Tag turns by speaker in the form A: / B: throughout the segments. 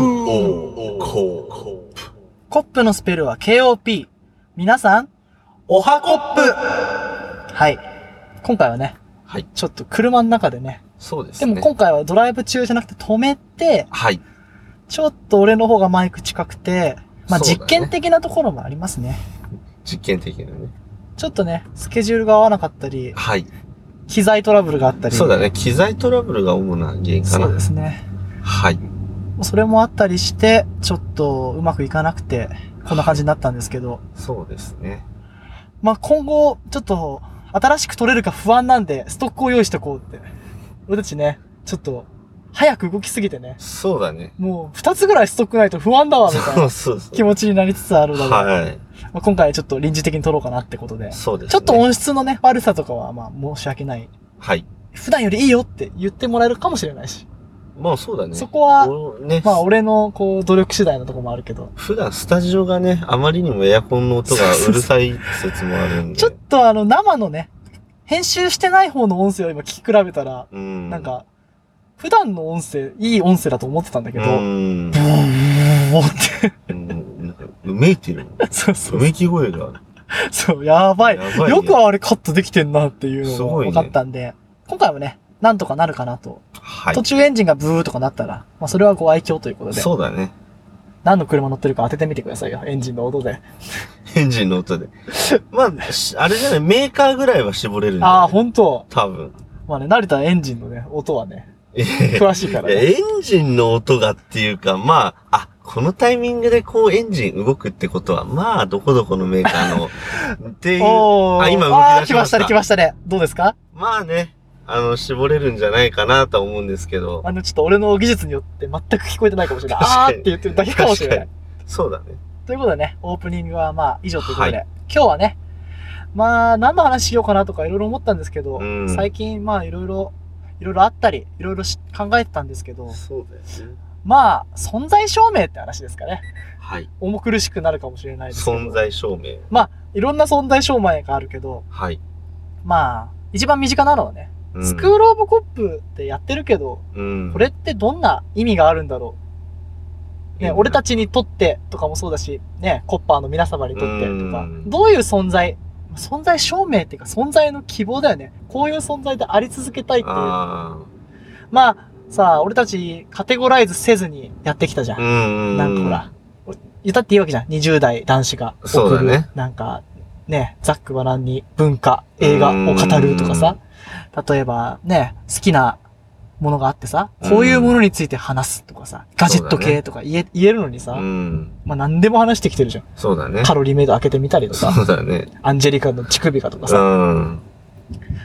A: おこう
B: コップのスペルは KOP。皆さん、
A: おはコップ
B: はい。今回はね、
A: はい。
B: ちょっと車の中でね。
A: そうです
B: で
A: ね。
B: も今回はドライブ中じゃなくて止めて、
A: はい。
B: ちょっと俺の方がマイク近くて、まあ、
A: そうだね
B: 実験的なところもありますね。
A: 実験的なね。
B: ちょっとね、スケジュールが合わなかったり、
A: はい。
B: 機材トラブルがあったり。
A: そうだね。機材トラブルが主な原因か
B: そう
A: な
B: で。すね。
A: はい。
B: それもあったりして、ちょっとうまくいかなくて、こんな感じになったんですけど、
A: そうですね。
B: まあ、今後、ちょっと、新しく取れるか不安なんで、ストックを用意してこうって。俺たちね、ちょっと、早く動きすぎてね、
A: そうだね。
B: もう、二つぐらいストックないと不安だわ、みた い
A: そう
B: な
A: そうそ
B: 気
A: う。
B: 持ちになりつつあるので、
A: は
B: まあ、今回ちょっと臨時的に取ろうかなってことで
A: い。、そうです
B: ちょ
A: ね。
B: っと音質のね、悪さとかは、まあ、申し訳ない。
A: はい。
B: 普段よりいいよって言ってもらえるかもしれないし。
A: まあそうだね。
B: そこは
A: おね。
B: まあ、俺の、こう、努力次第のとこもあるけど、
A: 普段スタジオがね、あまりにもエアコンの音がうるさい説もあるんで。
B: ちょっとあの、生のね、編集してない方の音声を今聞き比べたら、
A: うん。
B: なん、か、普段の音声、いい音声だと思ってたんだけ
A: う
B: ど、
A: ん。
B: ブーンって、
A: うんなんかうめいてるもん。
B: そうそうう、
A: めき声が。
B: そう、やばい。
A: やばいね
B: よくあれカットできてんなっていう
A: す
B: のが
A: ごいね
B: 分かったんで、今回もね、なんとかなるかなと。
A: はい
B: 途。中エンジンがブーとかなったら、まあそれはご愛嬌ということで、
A: そうだね。
B: 何の車乗ってるか当ててみてくださいよ、エンジンの音で。
A: エンジンの音で。まあ、しあれじゃない、メーカーぐらいは絞れるん
B: あ
A: だ、
B: あ、
A: ね。
B: 本当
A: 多分。
B: まあね、慣れたエンジンのね、音はね、
A: いやいや
B: 詳しいからね。
A: エンジンの音がっていうか、まあ、あ、このタイミングでこうエンジン動くってことは、まあ、どこどこのメーカ ーの、っていう、
B: おー、
A: あ今動き
B: あー
A: 出
B: 来
A: し
B: ま
A: ま
B: し
A: したた
B: ね、来ましたね。どうですか
A: まあね、あの、絞れるんじゃないかなとは思うんですけど、
B: あの、ちょっと俺の技術によって全く聞こえてないかもしれない。
A: 確
B: あ
A: か
B: ー
A: に
B: って言ってるだけかもしれない。
A: そうだね。
B: ということでね、オープニングはまあ以上ということで、
A: は
B: 今日はね、まあ何の話しようかなとかいろいろ思ったんですけど、
A: うん
B: 最近まあいろいろ、いろいろあったり、いろいろし考えてたんですけど、
A: そうだよね。
B: まあ存在証明って話ですかね。
A: はい。
B: 重苦しくなるかもしれないですけど。
A: 存。在証明。
B: まあいろんな存在証明があるけど、
A: はい。
B: まあ一番身近なのはね、
A: うん
B: スクールオブコップってやってるけど、
A: うん。
B: これってどんな意味があるんだろう。ね、俺たちにとってとかもそうだし、ね、コッパーの皆様にとってとか
A: うん、
B: どういう存在、存在証明っていうか存在の希望だよね。こういう存在であり続けたいっていう。
A: あ
B: まあ、さあ、俺たちカテゴライズせずにやってきたじゃ。
A: あ。うんん。
B: なんかほ。ら、言ったっていいわけじゃん。20代男子が
A: そう
B: 送
A: だ
B: る、
A: ね
B: なんか、ね、ざっくばらんに文化、映画を語るとかさ。例えば、ね、好きなものがあってさ、こういうものについて話すとかさ、ガジェット系とか言え,、言えるのにさ、
A: うん。
B: まあ何でも話してきてるじゃん。
A: そうだね。
B: カロリーメイド開けてみたりとか、
A: そうだね。
B: アンジェリカの乳首かとか
A: う
B: さ。
A: ん。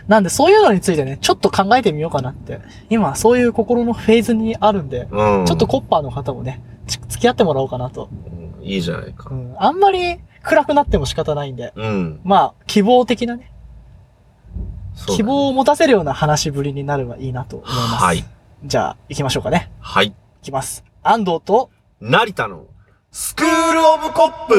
B: なんでそういうのについてね、ちょっと考えてみようかなって。今、そういう心のフェーズにあるんで、
A: うん。
B: ちょっとコッパーの方もね、ち付き合ってもらおうかなと。
A: うんいいじゃないか
B: う。ん。あんまり暗くなっても仕方ないんで、
A: うん。
B: まあ、希望的なね、
A: そうだね
B: 希望を持たせるような話しぶりになればいいなと思います。
A: はい。
B: じゃあ、行きましょうかね。
A: はい。
B: 行きます。安藤と、
A: 成田のスクールオブコップ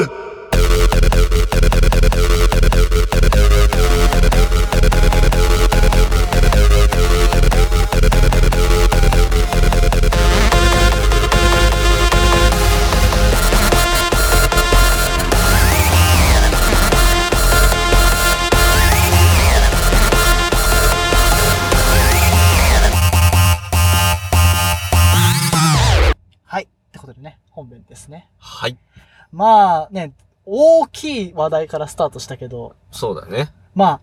B: はい。ってことでね、本編ですね。
A: はい。
B: まあね、大きい話題からスタートしたけど、
A: そうだね。
B: ま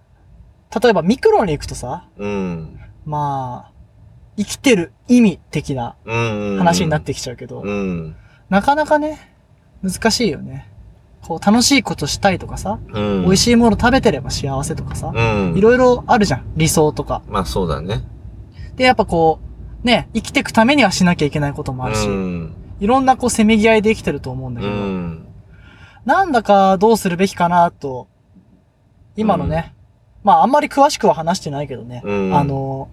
B: あ、例えばミクロに行くとさ、
A: うん。
B: まあ、生きてる意味的な
A: うん。
B: 話になってきちゃうけど、
A: うん。
B: なかなかね、難しいよね。こう、楽しいことしたいとかさ、
A: うん。
B: 美味
A: しい。
B: しいもの食べてれば幸せとかさ
A: う、ん。
B: いろいろあるじゃん、理想とか。
A: まあそうだね。
B: で、やっぱこう、ね、生きてくためにはしなきゃいけないこともあるし、
A: うん。
B: いろんなこう、せめぎ合いで生きてると思うんだ
A: う
B: けど、
A: ん。
B: なんだかどうするべきかなと、今のね、まああんまり詳しくは話してないけどね、
A: うん
B: あの、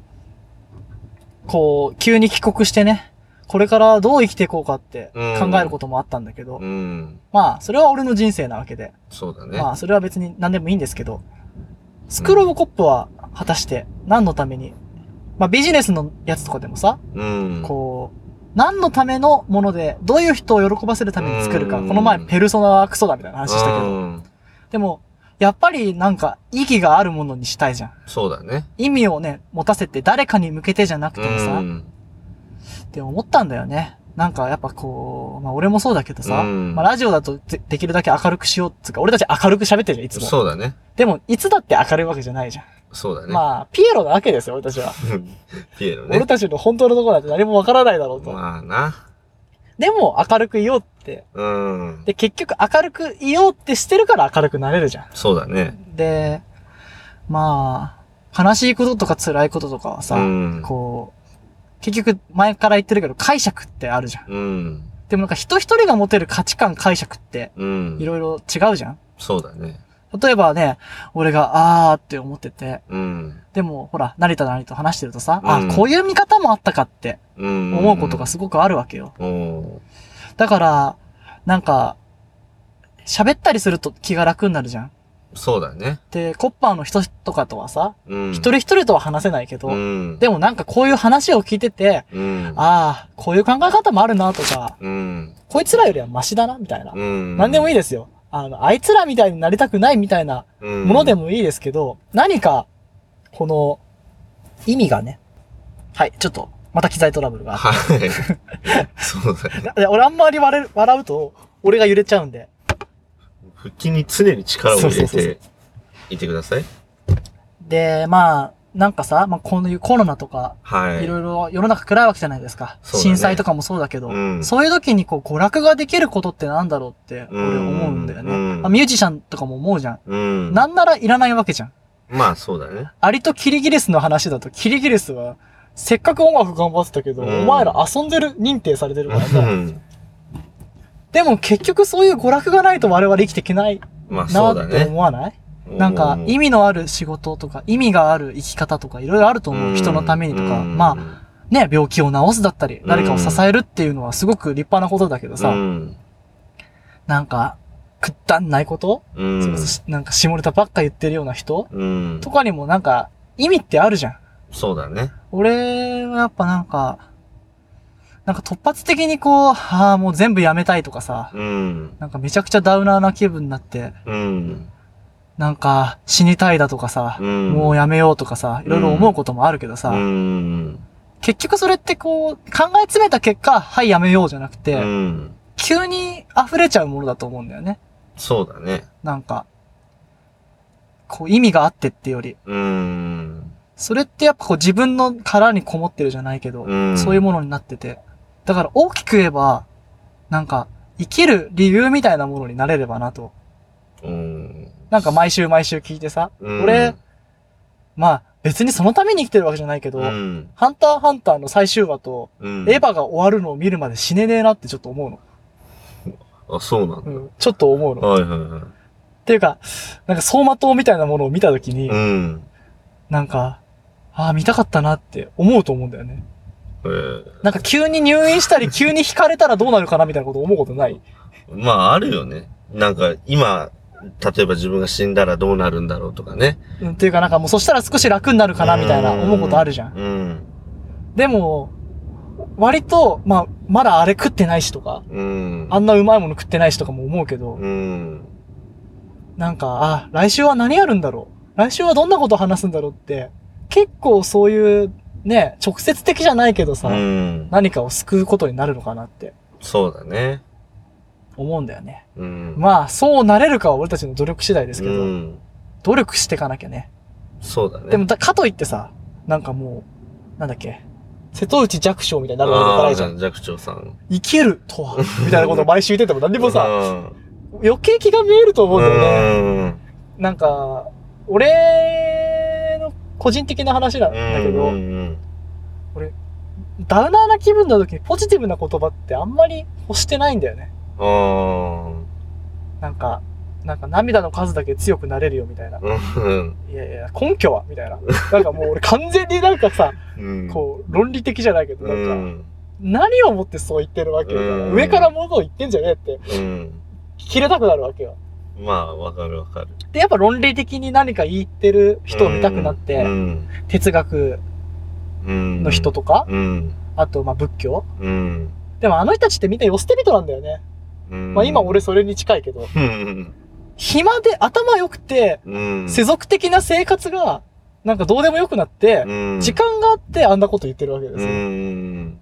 B: こう、急に帰国してね、これからどう生きていこうかって
A: うん
B: 考えることもあったんだけど、
A: うん。
B: まあそれは俺の人生なわけで、
A: そうだね。
B: まあそれは別に何でもいいんですけど、スクローブコップは果たして何のために、まあビジネスのやつとかでもさ、
A: うん。
B: こう、何のためのもので、どういう人を喜ばせるために作るか。
A: うん
B: この前、ペルソナはクソだみたいな話したけど。
A: うん
B: でも、やっぱりなんか、意義があるものにしたいじゃん。
A: そうだね。
B: 意味をね、持たせて誰かに向けてじゃなく
A: う
B: てもさ、っ
A: ん。
B: て思ったんだよね。なんかやっぱこう、まあ俺もそうだけどさ、
A: うん
B: まあラジオだとでできるだけ明るくしようっつうか、俺たち明るく喋ってるじゃん、いつも。
A: そうだね。
B: でも、いつだって明るいわけじゃないじゃん。
A: そうだね。
B: まあ、ピエロなわけですよ、俺たちは。
A: ピエロ
B: 俺
A: ね。
B: たちの本当のところなんて何もわからないだろうと。
A: まあな。
B: でも、明るくいようって。
A: うん。
B: で、結局明るくいようってしてるから明るくなれるじゃ
A: そうだね。
B: ん。で、まあ、悲しいこととか辛いこととかはさ、
A: うん。
B: こう、結局前から言ってるけど解釈ってあるじゃん。
A: うん。
B: でもなんか人一人が持てる価値観解釈って
A: うん。
B: いろいろ違うじゃん。
A: そうだね。
B: 例えばね、俺があーって思ってて、
A: うん。
B: でもほら、成田成と話してるとさ、
A: うん
B: あ、こういう見方もあったかって
A: うん。
B: 思うことがすごくあるわけよ。
A: お
B: だから、なんか、喋ったりすると気が楽になるじゃん。
A: ーそうだね。
B: で、コッパーの人とかとはさ、
A: うん。
B: 一人一人とは話せないけど、
A: うん。
B: でもなんかこういう話を聞いてて、
A: うん。
B: ああ、こういう考え方もあるなとか、
A: うん。
B: こいつらよりはマシだな、みたいな。
A: うん。
B: 何でもいい
A: い
B: ですよ。あの、あいつらみたいになりたくないみたいなも
A: も
B: ので
A: も。
B: もいいですけど、何か、この、意味がね。はい、ちょっと、また機材トラブルが。
A: はい。そうだね。
B: いや俺あんまり笑う笑うと、俺が揺れちゃうんで。
A: 腹筋に常に力を入
B: そう
A: れ
B: そうそう
A: ていてください。
B: で、まあ、なんかさ、まあ、こういうコロナとか、
A: はい。
B: いろいろ世の中暗いわけじゃないですか。
A: そうだね
B: 震災とかもそうだけど、
A: うん
B: そういう時にこう娯楽ができることってなんだろうって俺
A: うん
B: 思うんだよね。
A: うん
B: まあミュージシャンとかも思うじゃん。
A: うん。
B: なんならいらないわけじゃん。
A: まあそうだね。
B: アリとキリギリスの話だとキリギリスはせっかく音楽頑張ってたけど、
A: うん
B: お前ら遊んでる認定されてるから
A: う
B: ね。
A: ん。
B: でも結局そういう娯楽がないと我々生きていけない
A: まあ
B: な
A: そうだ
B: って
A: ね。
B: 思わない、なんか
A: 思う
B: 意味のある仕事とか意味がある生き方とかいろいろあると思う。人のためにとか。まあ
A: あ
B: ね、病気を治すだったり
A: う、ん
B: 誰かを支えるっていうのはすごく立派なことだけどさ、
A: うん。
B: なんか、くったんないこと、
A: うん
B: それこそしなんか下ネタばっか言ってるような人
A: うん
B: と。かにもなんか、意味ってあるじゃん。
A: そうだね。
B: 俺はやっぱなんか、なんか突発的にこう、ああ、もう全部やめたいとかさ、
A: うん。
B: なんかめちゃくちゃダウナーな気分になって、
A: うん。
B: なんか死にたいだとかさ、
A: うん
B: もうやめようとかさ、いろいろ思うこともあるけどさ、
A: うん。
B: 結局それってこう、考え詰めた結果、はいやめようじゃなくて、
A: うん。
B: 急に溢れちゃうものだと思うんだよね。
A: そうだね。
B: なんか、こう意味があってってより。
A: うん。
B: それってやっぱこう自分の殻にこもってるじゃないけど、
A: うん
B: そういうものになってて。だから大きく言えば、なんか、生きる理由みたいなものになれればなと。
A: うん。
B: なんか毎週毎週聞いてさ、
A: うん
B: 俺、まあ別にそのために生きてるわけじゃないけど、
A: うん。
B: ハンターハンターの最終話と、
A: うん
B: エヴァが終わるのを見るまで死ねねえなってちょっと思うの。
A: あ、そうなん
B: う
A: だ。
B: ん、ちょっと思うの。っ
A: はいはいはい。
B: ていうか、なんか走馬灯みたいなものを見たときに、
A: うん。
B: なんか、ああ、見たかったなって思うと思うんだよね。
A: えー
B: なんか急に入院し たり、急に引かれたらどうなるかなみたいなこと思うことない。
A: まああるよね。なんか今、例えば自分が死んだらどうなるんだろうとかね。
B: うん、っていうかなんかもうそしたら少し楽になるかなみたいな思うことあるじゃん。
A: うん。
B: でも、割と、まあ、まだあれ食ってないしとか、
A: うん。
B: あんなうまいもの食ってないしとかも思うけど、
A: うん。
B: なんか、あ、来週は何やるんだろう来週はどんなこと話すんだろうって、結構そういう、ね、直接的じゃないけどさ、
A: うん。
B: 何かを救うことになるのかなって
A: そうだね。
B: 思うんだよね。
A: うん。
B: まあ、そうなれるかは俺たちの努力次第ですけど、
A: うん、
B: 努力していかなきゃね。
A: そうだね。
B: でもだ、かといってさ、なんかもう、なんだっけ、瀬戸内弱小みたいになるわけじゃないじゃ
A: あ
B: ん。
A: ー寂聴さん。
B: 生きるとは、みたいなことを毎週言ってても何にもさ、
A: さ、
B: 余計気が見えると思うんだよね。
A: ね。
B: なんか、俺の個人的な話なんだけ
A: う
B: ど、
A: ん
B: ダウナーな気分の時にポジティブな言葉ってあんまり欲してないんだよね。
A: あー
B: なんか、なんか涙の数だけ強くなれるよみたいな。
A: うん
B: いやいや、根拠はみたいな。なんかもう俺完全になんかさ、
A: うん。
B: こう、論理的じゃないけど、
A: う
B: なんか、
A: ん。
B: 何をもってそう言ってるわけよ。
A: うん
B: 上から物を言ってんじゃねえって、
A: うん。
B: 切れたくなるわけよ。
A: まあ、わかるわかる。
B: で、やっぱ論理的に何か言ってる人を見たくなって、
A: うん。
B: 哲学
A: うん
B: の人とか、
A: うん。
B: あと、まあ、仏教。
A: うん。
B: でもあの人たちってみんな寄捨て人なんだよね。
A: うん
B: まあ、今俺、それに近いけど。
A: うん。
B: 暇で頭良くて、
A: うん。
B: 世俗的な生活が、なんかどうでも良くなって、
A: うん
B: 時間があってあんなこと言ってるわけで
A: う
B: すよ。
A: ん。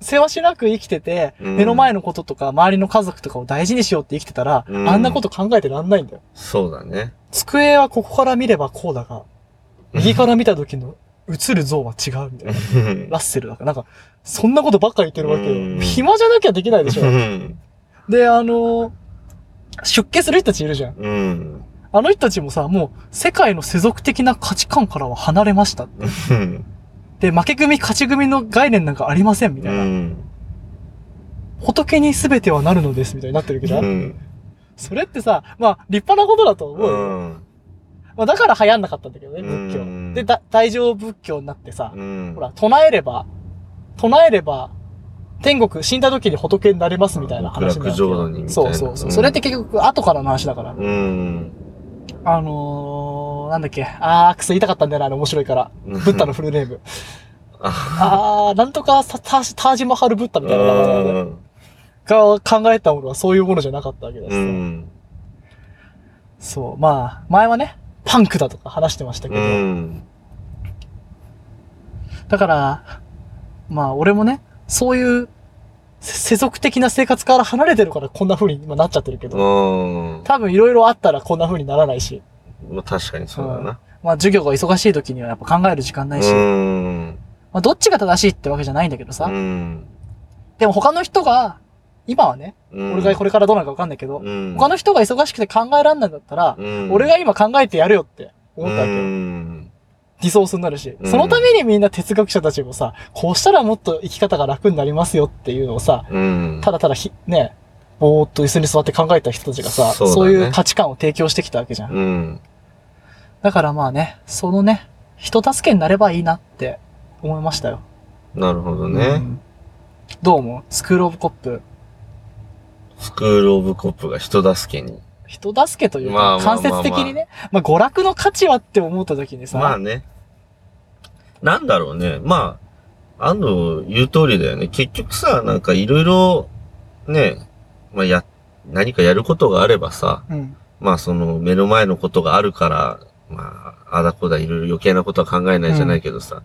B: 世話しなく生きてて、
A: うん
B: 目の前のこととか、周りの家族とかを大事にしようって生きてたら、
A: うん
B: あんなこと考えてらんないんだよ。
A: そうだね。
B: 机はここから見ればこうだが、右から見た時の映る像は違うみたいな。
A: うん
B: ラッセルだから。なんか、そんなことばっか言ってるわけ
A: うん
B: よ。暇じゃなきゃできないでし
A: う
B: ょ。
A: ん。
B: で、あのー出家する人たちいるじゃん。
A: うん。
B: あの人たちもさ、もう、世界の世俗的な価値観からは離れました。
A: うん
B: で、負け組、勝ち組の概念なんかありません、み
A: う
B: たいな。
A: ん。
B: 仏に全てはなるのです、みたいになってるけど、
A: うん。
B: それってさ、まあ、立派なことだと思うよ。まあ、だから流行んなかったんだけどね、仏
A: う
B: 教。
A: ん
B: で、だ大乗仏教になってさ、
A: うん。
B: ほら、唱えれば、唱えれば、天国、死んだ時に仏になれますみたいな話になるけど
A: 極楽浄土にみたい
B: そ
A: な
B: うそうそう。
A: うん
B: それって結局、後からの話だから。
A: うん。
B: あのー、なんだっけ。あー、くそ言いたかったんだよな、あれ面白いから。ブッダのフルネーム。
A: あ、
B: あー、なんとかさタージ、タージマハルブッダみたいな名前だよね
A: うん。
B: が考えたものはそういうものじゃなかったわけだ
A: う
B: しさ。
A: ん。
B: そう、まあ、前はね、パンクだとか話してましたけ
A: う
B: ど、
A: ん。
B: だから、まあ俺もね、そういう世世俗的な生活から離れてるからこんな風に今なっちゃってるけど、
A: うん。
B: 多分いろいろあったらこんな風にならないし、
A: まあ確かにそうだな。
B: まあ授業が忙しい時にはやっぱ考える時間ないし、
A: うん。
B: まあどっちが正しいってわけじゃないんだけどさ、
A: うん。
B: でも他の人が、今はね、俺がこれからどうなるかわかんないけど、
A: うん、
B: 他の人が忙しくて考えらんないんだったら、
A: うん、
B: 俺が今考えてやるよって思
A: 思
B: ったわけよ。
A: うん。
B: リソースになるし、
A: うん
B: そのためにみんな哲学者たちもさ、こうしたらもっと生き方が楽になりますよっていうのをさ、
A: うん。
B: ただただひ、ね、ぼーっと椅子に座って考えた人たちがさ、
A: そ
B: そうう,、
A: だね
B: いう価値観を提供してきたわけじゃん。
A: うん。
B: だからまあね、そのね、人助けになればいいなって思いましたよ。
A: なるほど
B: う
A: ね。
B: んどう思うスクールオブコップ。
A: スクールオブコップが人助けに。
B: 人助けという
A: まあ
B: か、
A: まあまあ
B: 間
A: まあ
B: 接的にね、まあ娯楽の価値はって思った時にさ、
A: まあね。なんだろうね。まあ、安藤言う通りだよね。結局さ、なんかいろいろ、ね、まあや、何かやることがあればさ、
B: うん、
A: まあその目の前のことがあるから、まあ、あだこだいろいろ余計なことは考えないじゃないけどさ、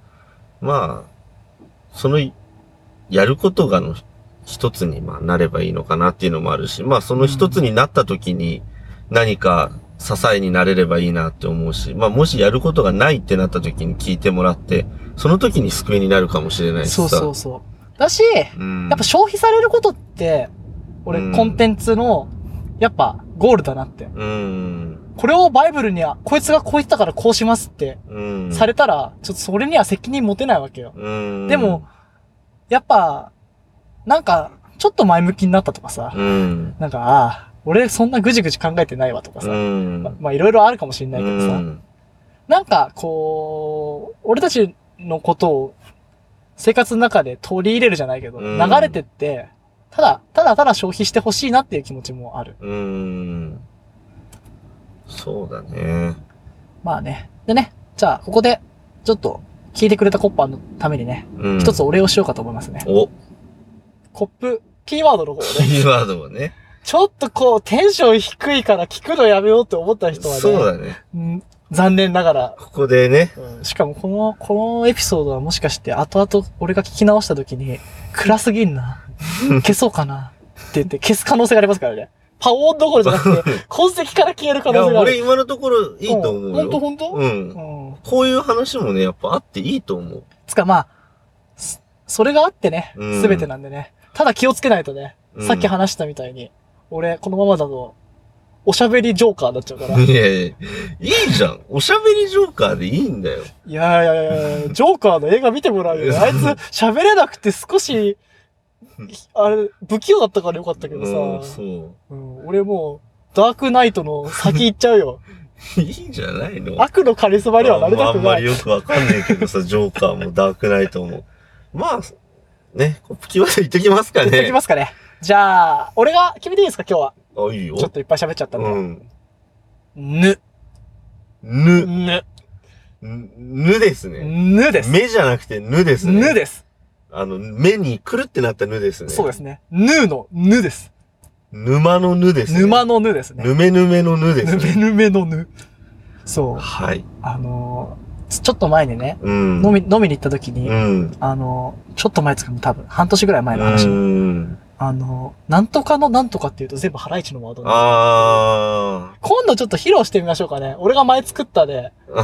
A: まあ、その、やることがの一つにまあなればいいのかなっていうのもあるし、まあその一つになった時に何か支えになれればいいなって思うし、まあもしやることがないってなった時に聞いてもらって、その時に救いになるかもしれないしさ。
B: そうそうそう。だし、
A: うん。
B: やっぱ消費されることって、俺、
A: うん
B: コンテンツの、やっぱ、ゴールだなって。
A: うん。
B: これをバイブルには、こいつがこう言ったからこうしますって、
A: うん。
B: されたら、ちょっとそれには責任持てないわけよ。
A: うん。
B: でも、やっぱ、なんか、ちょっと前向きになったとかさ、
A: うん。
B: なんか、ああ、俺そんなぐじぐじ考えてないわとか
A: う
B: さ、
A: ん。
B: ままあ、いろいろあるかもしれないけど
A: う
B: さ、
A: ん
B: なんか、こう、俺たちのことを、生活の中で取り入れるじゃないけど、
A: うん
B: 流れてって、ただ、ただただ消費してほしいなっていう気持ちもある。
A: うーん。そうだね。
B: まあね。でね、じゃあ、ここで、ちょっと、聞いてくれたコッパーのためにね、
A: うん。
B: 一つ。お礼をしようかと思いますね。
A: お、
B: コップ、キーワードの方
A: キ
B: で、ね、
A: ーワードをね。
B: ちょっとこう、テンション低いから聞くのやめようって思った人はね、
A: そうだね。
B: うん残念ながら、
A: ここでね。
B: うんしかもこの、このエピソードはもしかして、後々俺が聞き直した時に、暗すぎん な。消そうかな。って言って、消す可能性がありますからね。パオンどころじゃなくて、痕跡から消える可
A: いや、
B: 能性がある。
A: 俺今のところいいと思うよ。
B: 本当本当
A: うん。
B: うん。
A: こういう話もね、やっぱあっていいと思う。
B: つかまあ、そそれがあってね
A: う、ん
B: すべてなんでね。ただ気をつけないとね、
A: うん
B: さっき話したみたいに、俺、このままだと、おしゃべりジョーカーになっちゃうから。い
A: いやいや、いいじゃん。おしゃべりジョーカーでいいんだよ。
B: やいやいやいや、ジョーカーの映画見てもらうよ。あいつ、喋れなくて 少し
A: うん、
B: あれ、不器用だったからよかったけど
A: うん、
B: さ、
A: そ
B: うん、俺もう、ダークナイトの先行っちゃうよ。
A: う。いいんじゃないの
B: 悪のカリスマにはなりたく
A: あんま
B: な
A: り
B: い。
A: よくわかんないけどさ、ジョーカーもダークナイトも。まあ、ね、こうキーワード言ってきますか
B: 言っとき
A: ね。
B: ますかね。じゃあ、俺が決めていいですか、今日は。
A: あ、いいよ
B: ちょ。っといっぱい喋っちゃったんで。
A: うん。
B: ぬ、
A: ぬ。
B: ぬ、
A: ぬぬですね。
B: ぬです。
A: 目じゃなくてぬですね。
B: ぬです。
A: あの、目にくるってなったぬですね。
B: そうですね。ぬのぬです。
A: 沼のぬですね。
B: 沼のぬですね。
A: ぬめぬめのぬで
B: ぬ
A: すね。
B: めぬめのぬ。そう。
A: はい。
B: あのーちちょっと前にね、
A: うん。
B: 飲み、飲みに行った時に、
A: うん。
B: あのーちょっと前ですかね、多分、半年ぐらい前の話。
A: うん。
B: あのーなんとかのなんとかっていうと全部ハライチのワードなんで
A: あ
B: す今度ちょっと披露してみましょうかね。俺が前作ったで、
A: あ。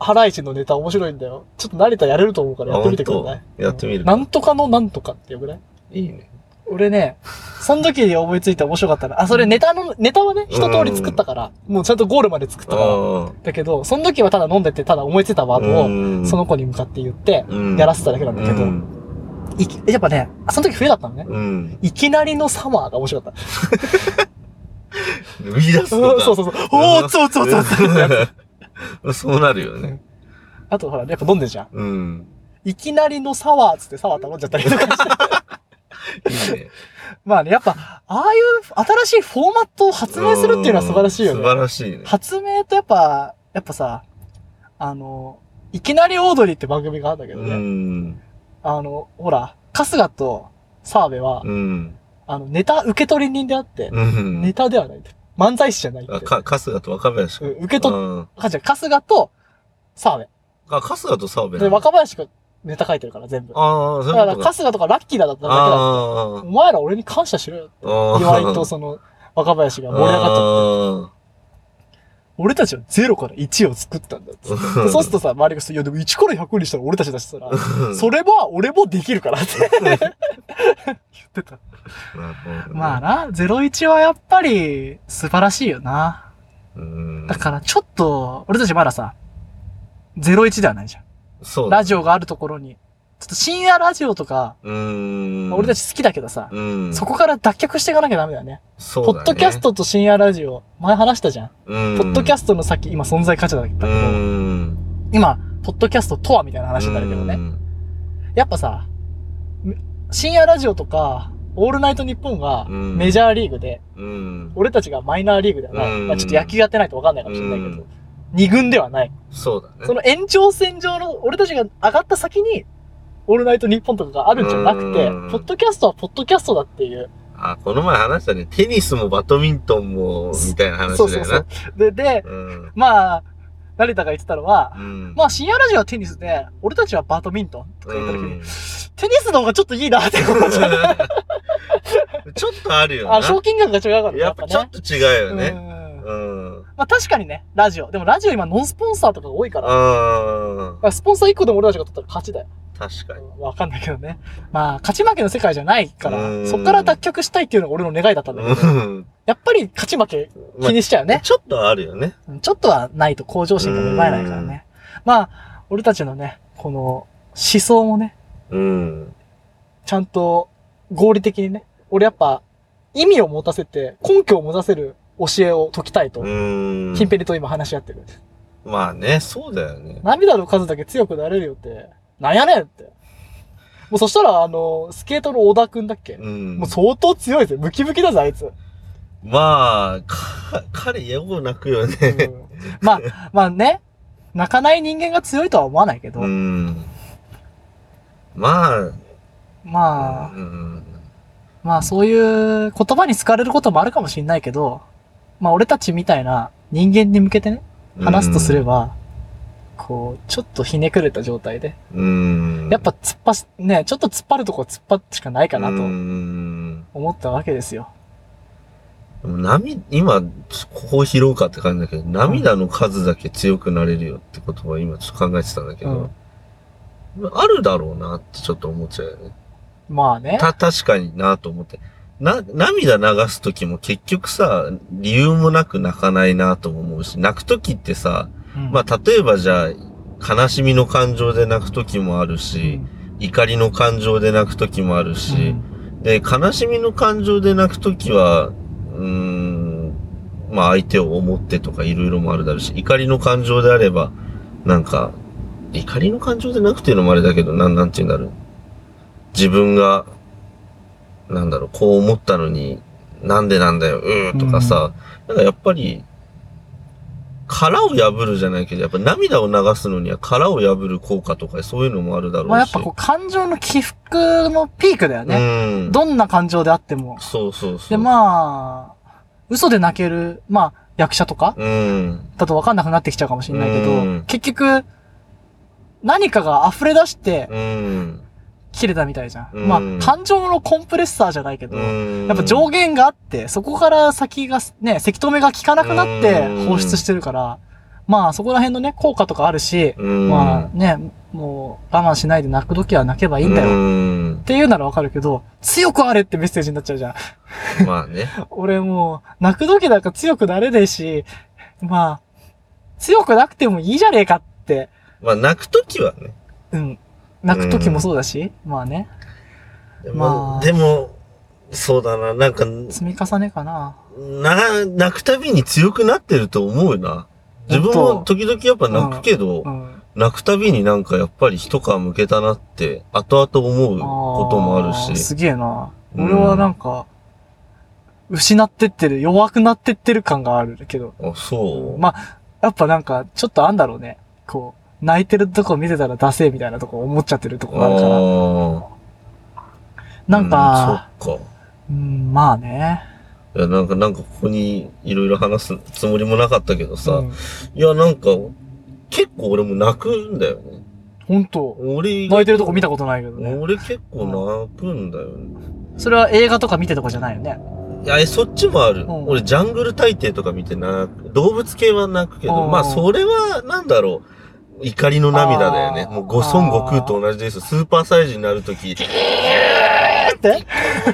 B: ハライチのネタ面白いんだよ。ちょっと成田やれると思うから やってみてくださ
A: あ
B: い
A: 本。当やってみる
B: なんとかのなんとかっていうぐらい
A: いいね。
B: 俺ね、その時に思いついて面白かったな。あ、それネタの、ネタはね、一通り作ったから、もうちゃんとゴールまで作ったから。
A: あ
B: だけど、その時はただ飲んでて、ただ思いついたワ
A: あ。
B: ード
A: を
B: を、その子に向かって言って、
A: の
B: やらせただけなんだけど
A: うん。
B: いきやっぱね、その時冬だったのね。
A: うん。
B: いきなりのサマーが面白かった。
A: 売り出す
B: そ
A: と
B: う
A: か。
B: そう
A: う。
B: そうそう。おー、そうそうそうそうってやつ。
A: そうなるよね。
B: あとほら、やっぱ飲んでるじゃん。
A: うん。
B: いきなりのサワーっつってサワー頼んじゃったりとかして。
A: いい ね。
B: まあね、やっぱ、ああいう新しいフォーマットを発明するっていうのは素晴らしいよね。
A: うん素晴らしいね。
B: 発明とやっぱ、やっぱさ、あの、いきなりオードリーって番組があるんだけど
A: う
B: ね。
A: ん。
B: あの、ほら、春日と澤部は、
A: うん。
B: あの、ネタ受け取り人であって、
A: うん。
B: ネタではないって。漫才師じゃないって。
A: あ、か、春日と若林
B: う
A: か。
B: ん受け取っ、
A: うん
B: あ、じゃあ春日と澤
A: あ、春日と澤部な
B: 部。で、
A: んだ
B: 若林がネタ書いてるから、全部。だ
A: ああ、そうい
B: か
A: う
B: ら、
A: ことか。
B: 春日とかラッキーだだっただけだ。
A: あ
B: お前ら俺に感謝しろよ。
A: あああ。
B: 岩 井とその、若林が盛り上がっちゃって。
A: がっ
B: 俺たちはゼロから1を作ったんだって。でそうするとさ、周りがそう、いやでも1から100にしたら俺たちだしさ、それは俺もできるからって言ってた。まあ
A: な。
B: な、01はやっぱり素晴らしいよな。
A: うん
B: だからちょっと、俺たちまださ、01ではないじゃん。
A: そうだ。
B: ラジオがあるところに。ちょっと深夜ラジオとか、
A: うん。
B: 俺た
A: ち、
B: ち好きだけどさ、
A: うん。
B: そこから脱却していかなきゃダメだよね。
A: そう
B: ポ
A: だね、
B: ッドキャストと深夜ラジオ、前話したじゃん。
A: うん、
B: ポッドキャ
A: ス
B: ストの先、今存在価値だけど、
A: うん。
B: 今、ポッドキャストとはみたいな話になるけどね。やっぱさ、め深夜ラジオとか、オールナイトニッポンが
A: うん
B: メジャーリーグで、
A: うん。
B: 俺たちがマイナーリーグではない。
A: うん
B: まあ、ちょっと野球やってないと分かんないかもしれないけ
A: う
B: ど
A: ん、
B: 二軍ではない。
A: そうだね。
B: その延長線上の俺たちが上がった先に、オールナイトニッポンとかがあるんじゃなくて
A: うん、
B: ポッドキャストはポッドキャストだっていう。
A: あ、この前話したね。テニスもバドミントンも、みたいな話
B: そう
A: だ
B: そ
A: よ
B: うそ
A: な
B: う。。で、で、
A: うん。
B: まあ、成田が言ってたのは、
A: うん。
B: まあ深夜ラジオはテニスで、俺たちはバドミントンとか言った時に、
A: うん
B: テニスの方がちょっといいなって思っちゃう。
A: ちょっとあるよ
B: あの賞
A: な。
B: 金額が違うからね
A: やっぱちょっと違うよね。
B: うん
A: うん。
B: まあ確かにね、ラジオ。でもラジオ今ノンスポンサーとかが多いから。だ
A: うん。
B: からスポンサー1個でも俺たちが取ったら勝ちだよ。
A: 確かに。
B: わかんないけどね。まあ、勝ち負けの世界じゃないか
A: う
B: ら、
A: ん
B: そっから脱却したいっていうのが俺の願いだったんだけど、
A: うん。
B: やっぱり勝ち負け
A: ま
B: 気にしちゃう
A: あ
B: ね。
A: ちょっとあるよね。
B: ちょっとはないと向上心が芽生えないからね。まあ、俺たちのね、この思想もね、
A: うん。
B: ちゃんと合理的にね、俺やっぱ意味を持たせて、根拠を持たせる教えを解きたいと、
A: うん。
B: キンペリと今話し合ってる。
A: まあね、そうだよね。
B: 涙の数だけ強くなれるよって、なんやねんって。もうそしたら、あの、スケートの小田くんだっけ、
A: うん。
B: もう相当強いぜ。ムキムキだぜ、あいつ。うん
A: まあ、か、彼、エゴ泣くよね。
B: まあ、まあね、泣かない人間が強いとは思わないけど、
A: うん。まあ、
B: まあ、
A: うん。
B: まあそういう言葉に好かれることもあるかもしれないけど、まあ俺たちみたいな人間に向けてね、話すとすれば、こう、ちょっとひねくれた状態で、
A: うん。
B: やっぱ突っ走、ね、ちょっと突っ張るとこは突っ張るしかないかな
A: う
B: と
A: ん。
B: 思ったわけですよ。
A: でも涙、今、ここを拾うかって感じだけど、涙の数だけ強くなれるよって言葉を今ちょっと考えてたんだけど、あるだろうなってちょっと思っちゃうよね。
B: まあね。
A: た、確かになと思って。な、涙流すときも結局さ、理由もなく泣かないなとも思うし、泣くときってさ、
B: うん
A: まあ例えばじゃあ、悲しみの感情で泣くときもあるし、怒りの感情で泣くときもあるし、で、悲しみの感情で泣くときは、うーん、まあ相手を思ってとかいろいろもあるだろうし、怒りの感情であれば、なんか、怒りの感情で泣くっていうのもあれだけど、なん、なんて言うんだろう。自分が、なんだろう、こう思ったのに、なんでなんだよ、うーとかさ、なんかやっぱり、殻を破るじゃないけど、やっぱ涙を流すのには殻を破る効果とかそういうのもあるだろうし。
B: まあやっぱこう感情の起伏のピークだよね。
A: うん。
B: どんな感情であっても。
A: そうそうそう。
B: で、まあ、嘘で泣ける、まあ、役者とか
A: うん。
B: だと分かんなくなってきちゃうかもしれないけ
A: うん
B: ど、結局、何かが溢れ出して
A: うん。
B: 切れたみたいじゃん。
A: うん
B: まあ、感情のコンプレッサーじゃないけど、
A: うん
B: やっぱ上限があって、そこから先がね、せき止めが効かなくなって
A: うん
B: 放出してるから、まあそこら辺のね、効果とかあるし、
A: うん。
B: まあね、もう我慢しないで泣く時は泣けばいいんだよ。
A: う
B: っ
A: ん。
B: ていうならわかるけど、強くあれってメッセージになっちゃうじゃん。
A: まあね。
B: 俺もう、泣く時なんか強くなれねえし、まあ、強くなくてもいいじゃねえかって、
A: まあ泣くときはね。
B: うん。泣く時もそうだし、まあね、
A: で
B: ま
A: も、
B: あ
A: でもそうだな。なんか、
B: 積み重ねかな。
A: な、泣くたびに強くなってると思うな。自分も
B: 本
A: 時々やっぱ泣くけど、
B: うん。
A: 泣くたびになんかやっぱり一皮むけたなって、後々思うこともある
B: ー
A: し。
B: すげえな。
A: うん
B: 俺はなんか、失ってってる、弱くなってってる感があるけど。
A: あ、そう。
B: まあ、やっぱなんか、ちょっとあんだろうね。こう、泣いてるとこ見てたらダセえみたいなとこ思っちゃってるとこがあるから。
A: あー
B: なんか、、
A: うんそっか。
B: うん、まあね。
A: いや、なんか、なんかここにいろいろ話すつもりもなかったけどさ、
B: うん、
A: いや、なんか、結構俺も泣くんだよね。
B: ほんと。
A: 俺、
B: 泣いてるとこ見たことないけどね。
A: 俺結構泣くんだよね。
B: それは映画とか見てとかじゃないよね。
A: いや、えそっちもある。
B: うん
A: 俺、ジャングル大帝とか見て泣く。動物系は泣くけど、
B: うん
A: まあ、それは、なんだろう。怒りの涙だよね。
B: あー
A: もう、ご孫悟空と同じです。スーパーサイジになるとき、
B: えって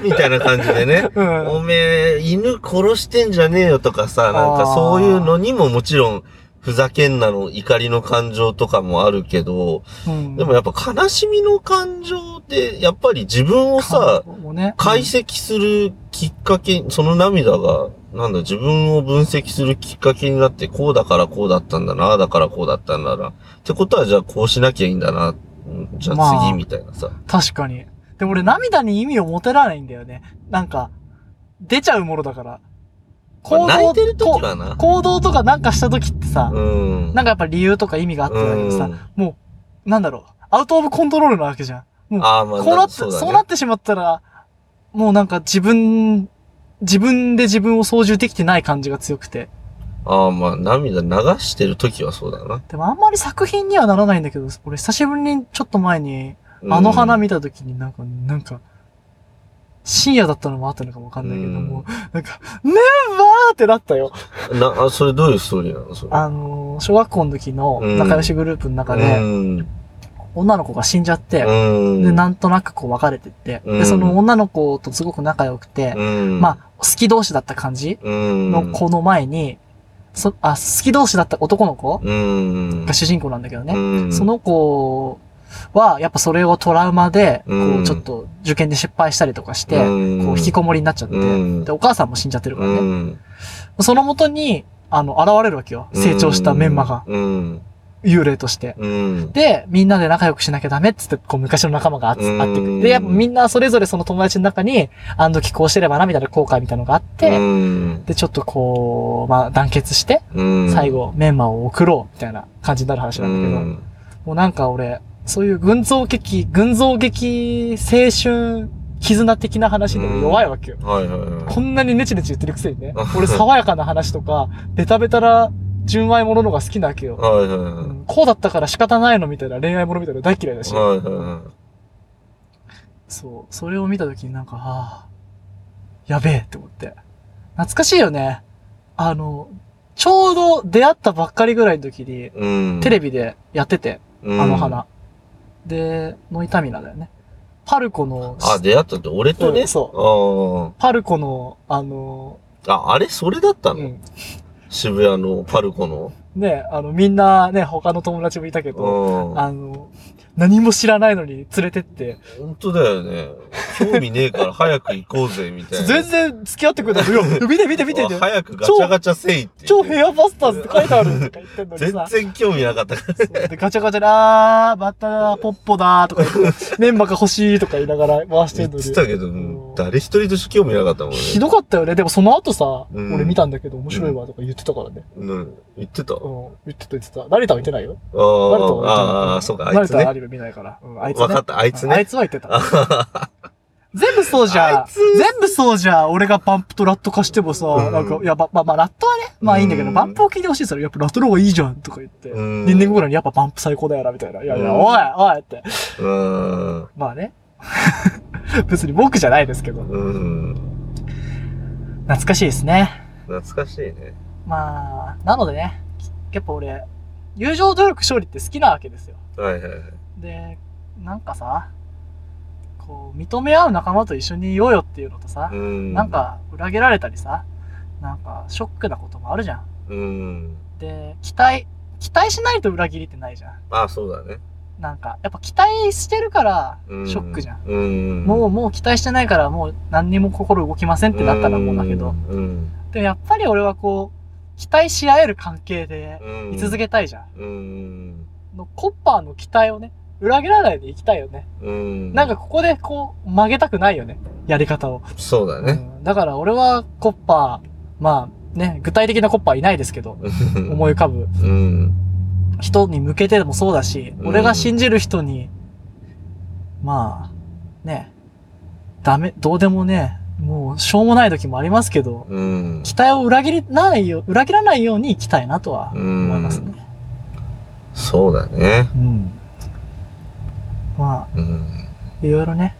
A: みたいな感じでね。
B: うん。
A: おめえ、犬殺してんじゃねえよとかさ、なんか
B: あー
A: そういうのにももちろん、ふざけんなの怒りの感情とかもあるけど、
B: うん
A: でもやっぱ悲しみの感情って、やっぱり自分をさ、
B: もうね、
A: 解析するきっかけ、その涙が、なんだ、自分を分析するきっかけになって、こうだからこうだったんだな、ああだからこうだったんだな。ってことは、じゃあこうしなきゃいいんだな。うんじゃあ
B: ま
A: 次、
B: あ
A: みたいなさ。
B: 確かに。でも俺涙に意味を持てられないんだよね。なんか、出ちゃうものだから。
A: まあ泣いてる
B: こ
A: 時はな
B: う。行動とかなんかした時ってさ、
A: うん。
B: なんかやっぱ理由とか意味があってだけどさ、なんだろう、アウトオブコントロールなわけじゃん。
A: ああ、まあ、
B: こうなって、
A: そ
B: そうう
A: だね
B: なってしまったら、もうなんか自分、自分で自分を操縦できてない感じが強くて。
A: ああ、まあ、涙流してる時はそうだな。
B: でもあんまり作品にはならないんだけど、俺久しぶりにちょっと前に、
A: うん
B: あの花見た時になんか、なんか、深夜だったのもあったのかもわかんないけども、なんか、メンバーってなったよ。
A: な、あ、それどういうストーリーなのそれ。
B: あのー、小学校の時の仲良しグループの中
A: う
B: で、
A: ん。
B: 女の子が死んじゃって、
A: うん。
B: で、なんとなくこう別れてって、
A: う
B: で、
A: ん
B: その女の子とすごく仲良くて、
A: うん。
B: まあ、好き同士だった感じ
A: うん、
B: の子の前に、そ、あ、好き同士だった男の子
A: うん。
B: が主人公なんだけどね、
A: うん
B: そ、の子は、やっぱそれをトラウマで、こ
A: うん
B: う、ちょっと受験で失敗したりとかして、
A: うん
B: こう、引きこもりになっちゃって、
A: うん
B: で、お母さんも死んじゃってるからね。
A: うん。
B: そのもとに、あの、現れるわけよ。成長したメンマが、
A: うん。
B: 幽霊として。
A: うん。
B: で、みんなで仲良くしなきゃダメっつって、こう、昔の仲間があつ
A: うん
B: あってくる。で、やっぱみんなそれぞれその友達の中に、あの時こうしてればな、みたいな後悔みたいなのがあって、
A: うん、
B: で、ちょっとこう、まあ、団結して、
A: うん
B: 最、後、メンマを送ろう、みたいな感じになる話
A: う
B: なんだけど、
A: ん。
B: もうなんか俺、そういう群像劇、群像劇、青春、絆的な話でも弱いわけよ。
A: はいはいはい。。
B: こんなにネチネチ言ってるくせにね俺爽やかな話とか、ベタベタな純愛もののが好きなわけよ。
A: はいはいは
B: う
A: い。
B: んこうだったから仕方ないのみたいな恋愛ものみたいなの大嫌いだし。
A: はいはいは
B: そう。それを見た時になんか、ああ、やべえって思って。懐かしいよね。あの、ちょうど出会ったばっかりぐらいの時に、
A: い。うん。
B: テレビでやってて、
A: ビ
B: あの。花。で、ノイタミナだよね。パルコの、
A: あ、出会ったって、俺と
B: う
A: ね。。
B: んそうパルコの、あの、
A: ああ。あ、あれそれだった
B: う
A: の
B: ん、
A: 渋谷のパルコの。
B: ね、あの、みんなね、他の友達もいたけど、
A: うん。
B: あの、何も知らないのに連れてって、
A: 本当だよね。興味ねえから早く行こうぜ、みたいな。
B: 全然付き合ってくれない。いや見て見て見てって
A: あ早くガチャガチャせいって言
B: 超
A: って。
B: ヘアバスターズって書いてあるとか言ってんのに
A: 全
B: さ。
A: 然興味なかったから。
B: そうでガチャガチャだー、バターポッポだーとか言って、メンバーが欲しいとか言いながら回して
A: 言
B: ん
A: っ
B: の
A: て
B: に。
A: たけど、もう誰一人として興味なかったもんね。
B: ひどかったよね。でもその後さ、
A: うん
B: 俺見たんだけど面白いわとか言ってたからね。
A: うん言ってた
B: うん。言ってた言ってた。成田は見てないよ。
A: あー
B: 成田は見てない
A: あー、あーそうか、あいつ
B: 成田はア
A: ね。
B: ニメ見ないから。うん、あいつね。
A: わかった、あいつ
B: うんあい
A: ね。
B: つは言ってた。
A: あ
B: 全部そうじ
A: あ
B: ゃん。
A: いつ
B: 全部そうじゃん。俺がバンプとラット化してもさ、
A: うん
B: なんか、いや、ま、まあ、まあ、ラットはね、まあいいんだけ
A: う
B: ど、
A: ん
B: バンプを聞いてほしいですよ。やっぱラットの方がいいじゃん、とか言って。
A: うん
B: 2年後ぐらいにやっぱバンプ最高だよな、みたいな。いやいや、
A: うん
B: おい、おいって。
A: うん。
B: まあね。 別に僕じゃないですけど。
A: うん。
B: 懐かしいですね。
A: 懐かしいね。
B: まあ、なのでね、やっぱ俺、友情努力勝利って好きなわけですよ。
A: はいはいはい。
B: で、なんかさ、こう、認め合う仲間と一緒にいようよっていうのとさ
A: う、ん。
B: なん、か裏切られたりさ、なんかショックなこともあるじゃん。
A: うん。
B: で、期待、期待しないと裏切りってないじゃん。
A: ああ、そうだね。
B: なんか、やっぱ期待してるから、シ
A: うん
B: ョックじゃん。。
A: うん。
B: もう、
A: っ
B: もう期待してないから、もう何にも心動きませんってなったらもうだけど。。
A: うん。
B: でもやっぱり俺はこう、期待し合える関係で
A: うん。
B: 居続けたいじゃん。
A: うん。
B: のコッパーの期待をね、裏切らないでいきたいよね。
A: うん。
B: なんか、ここでこう、曲げたくないよね。やり方を。
A: そうだね。
B: うんだから俺はコッパー、まあね、具体的なコッパーいないですけど、思い浮かぶ
A: うん。
B: 人に向けてでもそうだし、
A: うん
B: 俺が信じる人に、まあ、ね、ダメ、どうでもね、もうしょうもない時もありますけど、
A: うん。
B: 期待を裏切りないよ、裏切らないように行きたいなとは思いますね。
A: そうだね。
B: うん。ま
A: うん。
B: あ、いろいろね、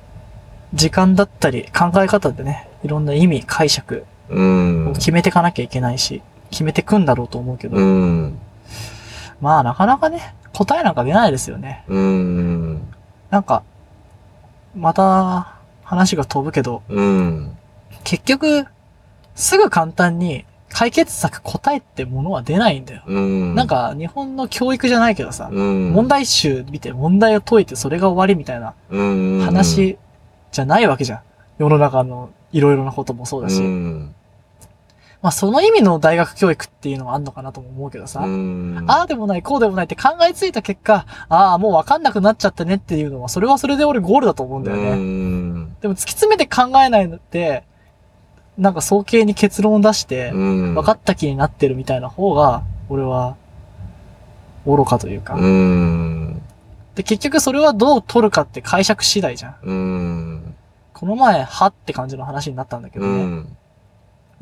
B: 時間だったり考え方でね、いろんな意味、解釈
A: うん
B: を。決めていかなきゃいけないし、決めてくんだろうと思うけど、
A: うん。
B: まあなかなかね、答えなんか出ないですよね。
A: うん。
B: なんか、また話が飛ぶけど、
A: うん。
B: 結局、すぐ簡単に解決策答えってものは出ないんだよ。
A: うん。
B: なん、か、日本の教育じゃないけどさ、
A: うん。
B: 問題集見て問題を解いてそれが終わりみたいな
A: うん。
B: 話じゃないわけじゃん。世の中のいろいろなこともそうだし。
A: うん。
B: まあ、その意味の大学教育っていうのはあんのかなとも思うけどさ、
A: うん。
B: ああでもない、こうでもないって考えついた結果、ああ、もうわかんなくなっちゃったねっていうのは、それはそれで俺ゴールだと思うんだよね。
A: うん。
B: でも突き詰めて考えないのって、なんか早計に結論を出して、
A: うん。
B: 分かった気になってるみたいな方が、俺は、愚かというか。
A: うん。
B: で、結局それはどう取るかって解釈次第じゃん。
A: うん。
B: この前、はって感じの話になったんだけど
A: う
B: ね。
A: ん。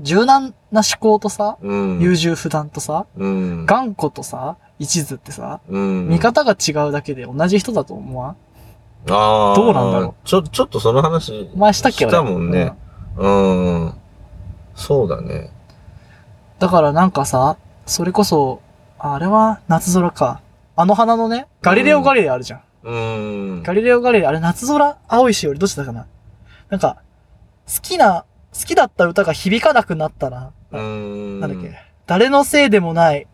B: 柔軟な思考とさ、
A: うん。
B: 優柔不断とさ、
A: うん。
B: 頑固とさ、一途ってさ、
A: うん。
B: 見方が違うだけで同じ人だと思わん
A: ああ。
B: どうなんだろ
A: う。ちょ、ちょっとその話。
B: お前したっけ
A: したもん。
B: 俺うん
A: ね。うん。そうだね。
B: だからなんかさ、それこそ、ああれは夏空か。あの花のね、ガリレオ・ガリレイあるじゃん。
A: うん。
B: ガリレオ・ガリレイ、あれ夏空、青いしよりどっちだかな。なんか、好きな、好きだった歌が響かなくなったな。
A: うん。
B: なんだっけ。誰のせいでもない、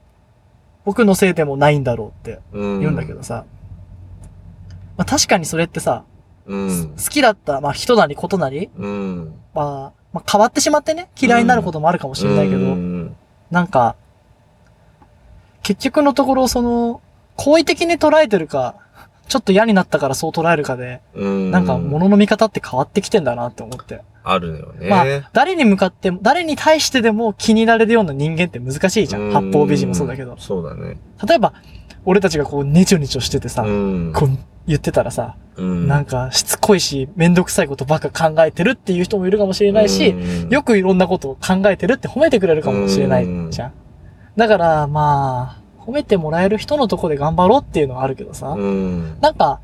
B: 僕のせいでもないんだろうって
A: うん。
B: 言うんだけどさ。まあ確かにそれってさ、
A: うん。
B: 好きだった、まあ人なりことなり、
A: うん。
B: まあ、まあ変わってしまってね、嫌いになることもあるかもしれないけど、
A: うん。
B: なんか、結局のところ、その、好意的に捉えてるか、ちょっと嫌になったからそう捉えるかで、
A: うん。
B: なんか物の見方って変わってきてんだなって思って。
A: あるのよね。
B: まあ、誰に向かっても、誰に対してでも気に入られるような人間って難しいじゃ
A: うん
B: ん。八方美人もそうだけど。
A: そうだね。
B: 例えば、俺たちがこう、ネチョネチョしててさ、
A: うん。
B: こう言ってたらさ、
A: うん
B: なんか、しつこいし、めんどくさいことばっか考えてるっていう人もいるかもしれないし、
A: うん
B: よくいろんなことを考えてるって褒めてくれるかもしれないじゃん。だから、まあ、褒めてもらえる人のとこで頑張ろうっていうのはあるけどさ、
A: うん。
B: なんか、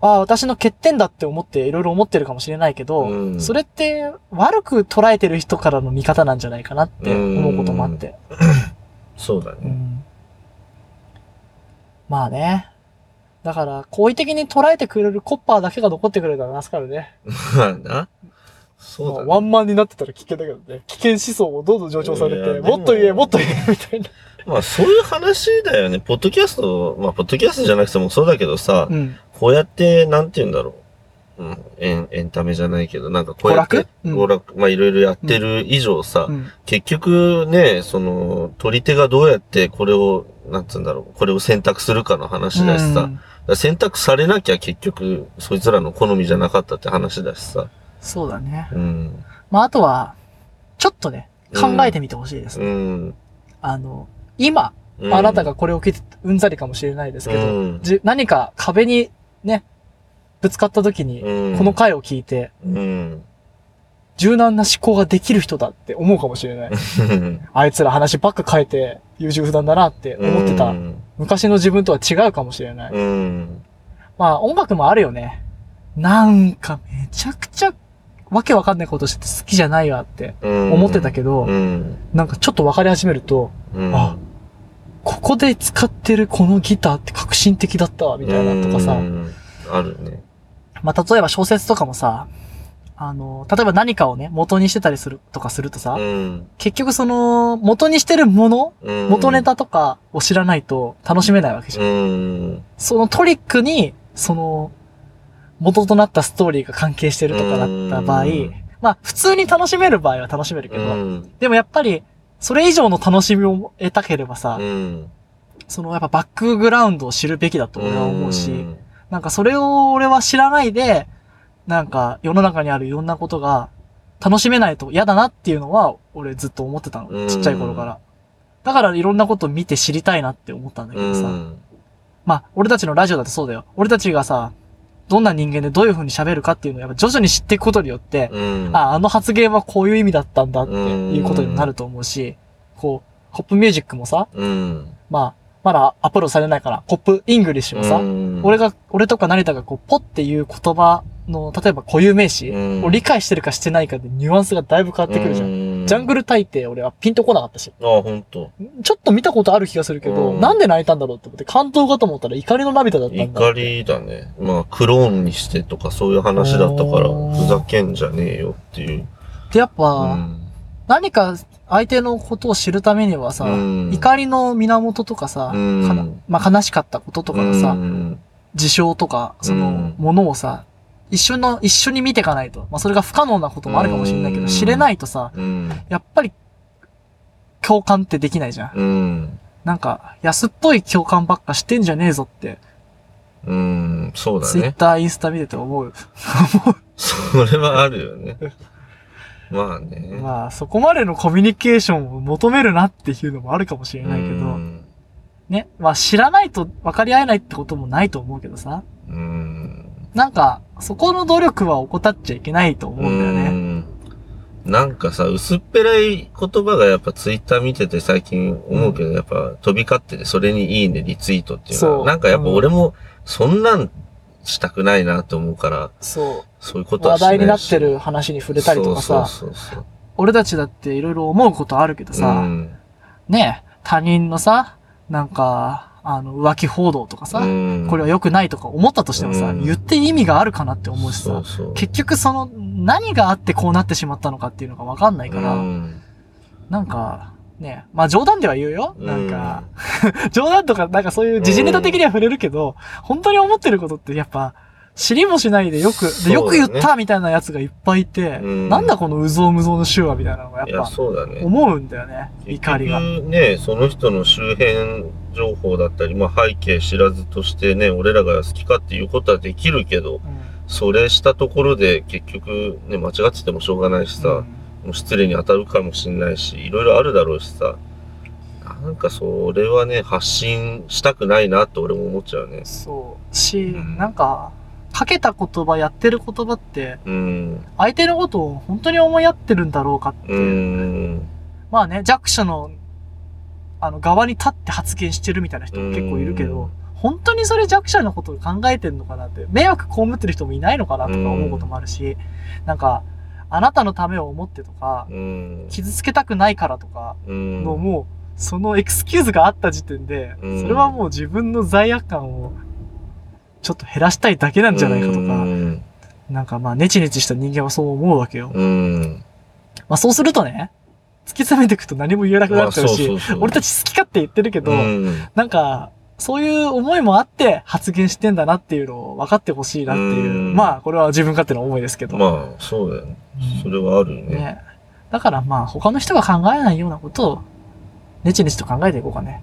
B: ああ、私の欠点だって思っていろいろ思ってるかもしれないけど、
A: うん
B: それって悪く捉えてる人からの見方なんじゃないかなって思うこともあって。
A: そうだ
B: う
A: ね。
B: んまあね。だから、好意的に捉えてくれるコッパーだけが残ってくれたら助かるね。
A: まあな。そうだ
B: まあ
A: ね。
B: ワンマンになってたら危険だけどね。危険思想もどんどん上昇され
A: いやで
B: て、
A: も
B: もっと言え、もっと言え、みたいな。
A: まあそういう話だよね。ポッドキャスト、まあポッドキャストじゃなくてもそうだけどさ、
B: うん。
A: こうやって、なんて言うんだろう。うん、エンエンタメじゃないけど、なんかこうやって、
B: 娯楽うん
A: 娯楽まあいろいろやってる以上さ、
B: うん。
A: 結局ね、その、取り手がどうやってこれを、なんつうんだろう、これを選択するかの話だしさ、だから選択されなきゃ結局、そいつらの好みじゃなかったって話だしさ、
B: そうだね。
A: うん、
B: まあ、あとは、ちょっとね、考えてみてほしいです
A: う
B: ね。
A: ん、
B: あの、今、
A: うん
B: あなたがこれを聞いてうんざりかもしれないですけど、
A: うん
B: じ何か壁にね、ぶつかった時に、
A: うん
B: この回を聞いて、
A: うん。
B: 柔軟な思考ができる人だって思うかもしれない。あいつら話ばっか変えて、優柔不断だなって 思って
A: う
B: た。
A: ん。
B: 昔の自分とは違うかもしれない。
A: うん。
B: まあ、音楽もあるよね。なんかめちゃくちゃ、わけわかんないことしてて好きじゃないわって思
A: 思
B: ってたけど、
A: うん。
B: なんかちょっとわかり始めると、
A: うん
B: あここで使ってるこのギターって革新的だったわ、みたいなとかさ。
A: うんあるね。
B: まあ、例えば小説とかもさ、あの、例えば何かをね、元にしてたりするとかするとさ、
A: うん
B: 結局その、元にしてるもの、
A: うん
B: 元ネタとかを知らないと楽しめないわけじゃん。
A: うん。
B: そのトリックに、その、元となったストーリーが関係してるとかだった場合
A: うん、
B: まあ、普通に楽しめる場合は楽しめるけ
A: う
B: ど、
A: ん。
B: でもやっぱり、それ以上の楽しみを得たければさ、
A: うん。
B: そのやっぱバックグラウンドを知るべきだと俺は思うし、
A: ん
B: なんかそれを俺は知らないで、なんか世の中にあるいろんなことが楽しめないと嫌だなっていうのは俺ずっと思ってた
A: う
B: の。
A: ん
B: ちっちゃい頃から。だからいろんなこと見て知りたいなって思ったんだけ
A: う
B: どさ。
A: ん。
B: まあ、俺たちのラジオだってそうだよ。俺たちがさ、どんな人間でどういう風に喋るかっていうのをやっぱ徐々に知っていくことによって、
A: うん。
B: あ、あの発言はこういう意味だったんだっていうことにもなると思うし、こう、コップミュージックもさ、
A: うん。
B: まあ、まだアップロードされないから、コップイングリッシュもさ、俺
A: が、
B: が、俺とか成田がこう、ポっていう言葉の、例えば固有名詞
A: うん
B: を理解してるかしてないかでニュアンスがだいぶ変わってくるじゃん。
A: ん
B: ジャングル大帝俺はピンとこなかったし、
A: ル。あ、ほんと。
B: ちょっと見たことある気がするけど、
A: うん
B: なんで泣いたんだろうって思って、感動かと思ったら怒りの涙だったんだって。
A: 怒りだね。まあ、クローンにしてとかそういう話だったから、
B: おー
A: ふざけんじゃねえよっていう。
B: で、やっ
A: う
B: ぱ、
A: ん。
B: 何か相手のことを知るためにはさ、
A: うん
B: 怒りの源とかさ、
A: うん
B: かなまあ、悲しかったこととかのさ、
A: うん
B: 事象とか、そうの
A: ん、
B: ものをさ、一緒の、一緒に見ていかないと。まあ、それが不可能なこともあるかもしれないけど、
A: うん
B: 知れないとさ、
A: うん。
B: やっぱり、共感ってできないじゃん。
A: うん。
B: なんか、安っぽい共感ばっかしてんじゃねえぞって、
A: うん。そうだ
B: ツイッ
A: ね。
B: ター、インスタ見てて思う。
A: それはあるよね。まあね。
B: まあ、そこまでのコミュニケーションを求めるなっていうのもあるかもしれないけ
A: う
B: ど、
A: ん
B: ね、まあ知らないと分かり合えないってこともないと思うけどさ、
A: うん。
B: なんか、そこの努力は怠っちゃいけないと思うんだよね。
A: うんなんかさ、薄っぺらい言葉がやっぱツイッター見てて最近思うけど、やっぱ飛び交ってて、それにいいね、リツイートっていうの
B: そう
A: は、なんかやっぱ
B: うん
A: 俺もそんなんしたくないなと思うから、
B: そ
A: そういうことは
B: う。話
A: しない
B: 題
A: し
B: になってる話に触れたりとかさ、
A: そうそうそう
B: 俺たちだっていろいろ思うことあるけど
A: そう。う
B: さ、
A: ん
B: ね、他人のさ、なんか、あの、浮気報道とかさ、
A: うん
B: これは良くないとか思ったとしてもさ、
A: うん
B: 言って意味があるかなって思うし
A: そ
B: さ
A: う、そう
B: 結局その、何があってこうなってしまったのかっていうのが分かんないから、
A: うん
B: なんか、ね、まあ冗談では言うよ。なんか、
A: うん
B: 冗談とか、なんかそういう時事ネタ的には触れるけど、本当に思ってることってやっぱ、知りもしないでよく、
A: そう
B: で
A: だね
B: よく言ったみたいなやつがいっぱいいて、
A: うん
B: なんだこのうぞうむぞうの手話みたいなのが
A: い
B: や
A: や、
B: っぱ、
A: そうだね。
B: 思うんだよね、怒りが。
A: 結局ね、その人の周辺情報だったり、まあ背景知らずとしてね、俺らが好きかっていうことはできるけど、
B: うん
A: それしたところで結局ね、間違っててもしょうがないしさ、もう失礼に当たるかもしれないし、いろいろあるだろうしさ、なんかそれはね、発信したくないなって俺も思っちゃうね。
B: そう。し、
A: うん
B: なんか、かけた言葉、やってる言葉って、
A: うん。
B: 相手のことを本当に思いやってるんだろうかって
A: う
B: いう。
A: ん。
B: まあね、弱者の、あの、側に立って発言してるみたいな人も結構いるけど、本当にそれ弱者のことを考えてんのかなって、迷惑被ってる人もいないのかなとか思うこともあるし、なんか、あなたのためを思ってとか、
A: うん。
B: 傷つけたくないからとか
A: うん。
B: のもう、そのエクスキューズがあった時点で、
A: うん
B: それはもう自分の罪悪感を、ちょっと減らしたいだけなんじゃないかと
A: う
B: か、
A: ん。
B: なんかまあ、ネチネチした人間はそう思うわけよ。
A: うん。
B: まあそうするとね、突き詰めていくと何も言えなくなっちゃうし、
A: うそう
B: 俺たち好き勝手言ってるけど、
A: うん
B: なんか、そういう思いもあって発言してんだなっていうのを分かってほしいなっていう。
A: うん
B: まあ、これは自分勝手な思いですけど。
A: まあ、そうだよね。そ
B: うん
A: れはあるよね。
B: ね。だからまあ、他の人が考えないようなことを、ねちねちと考えていこう かね。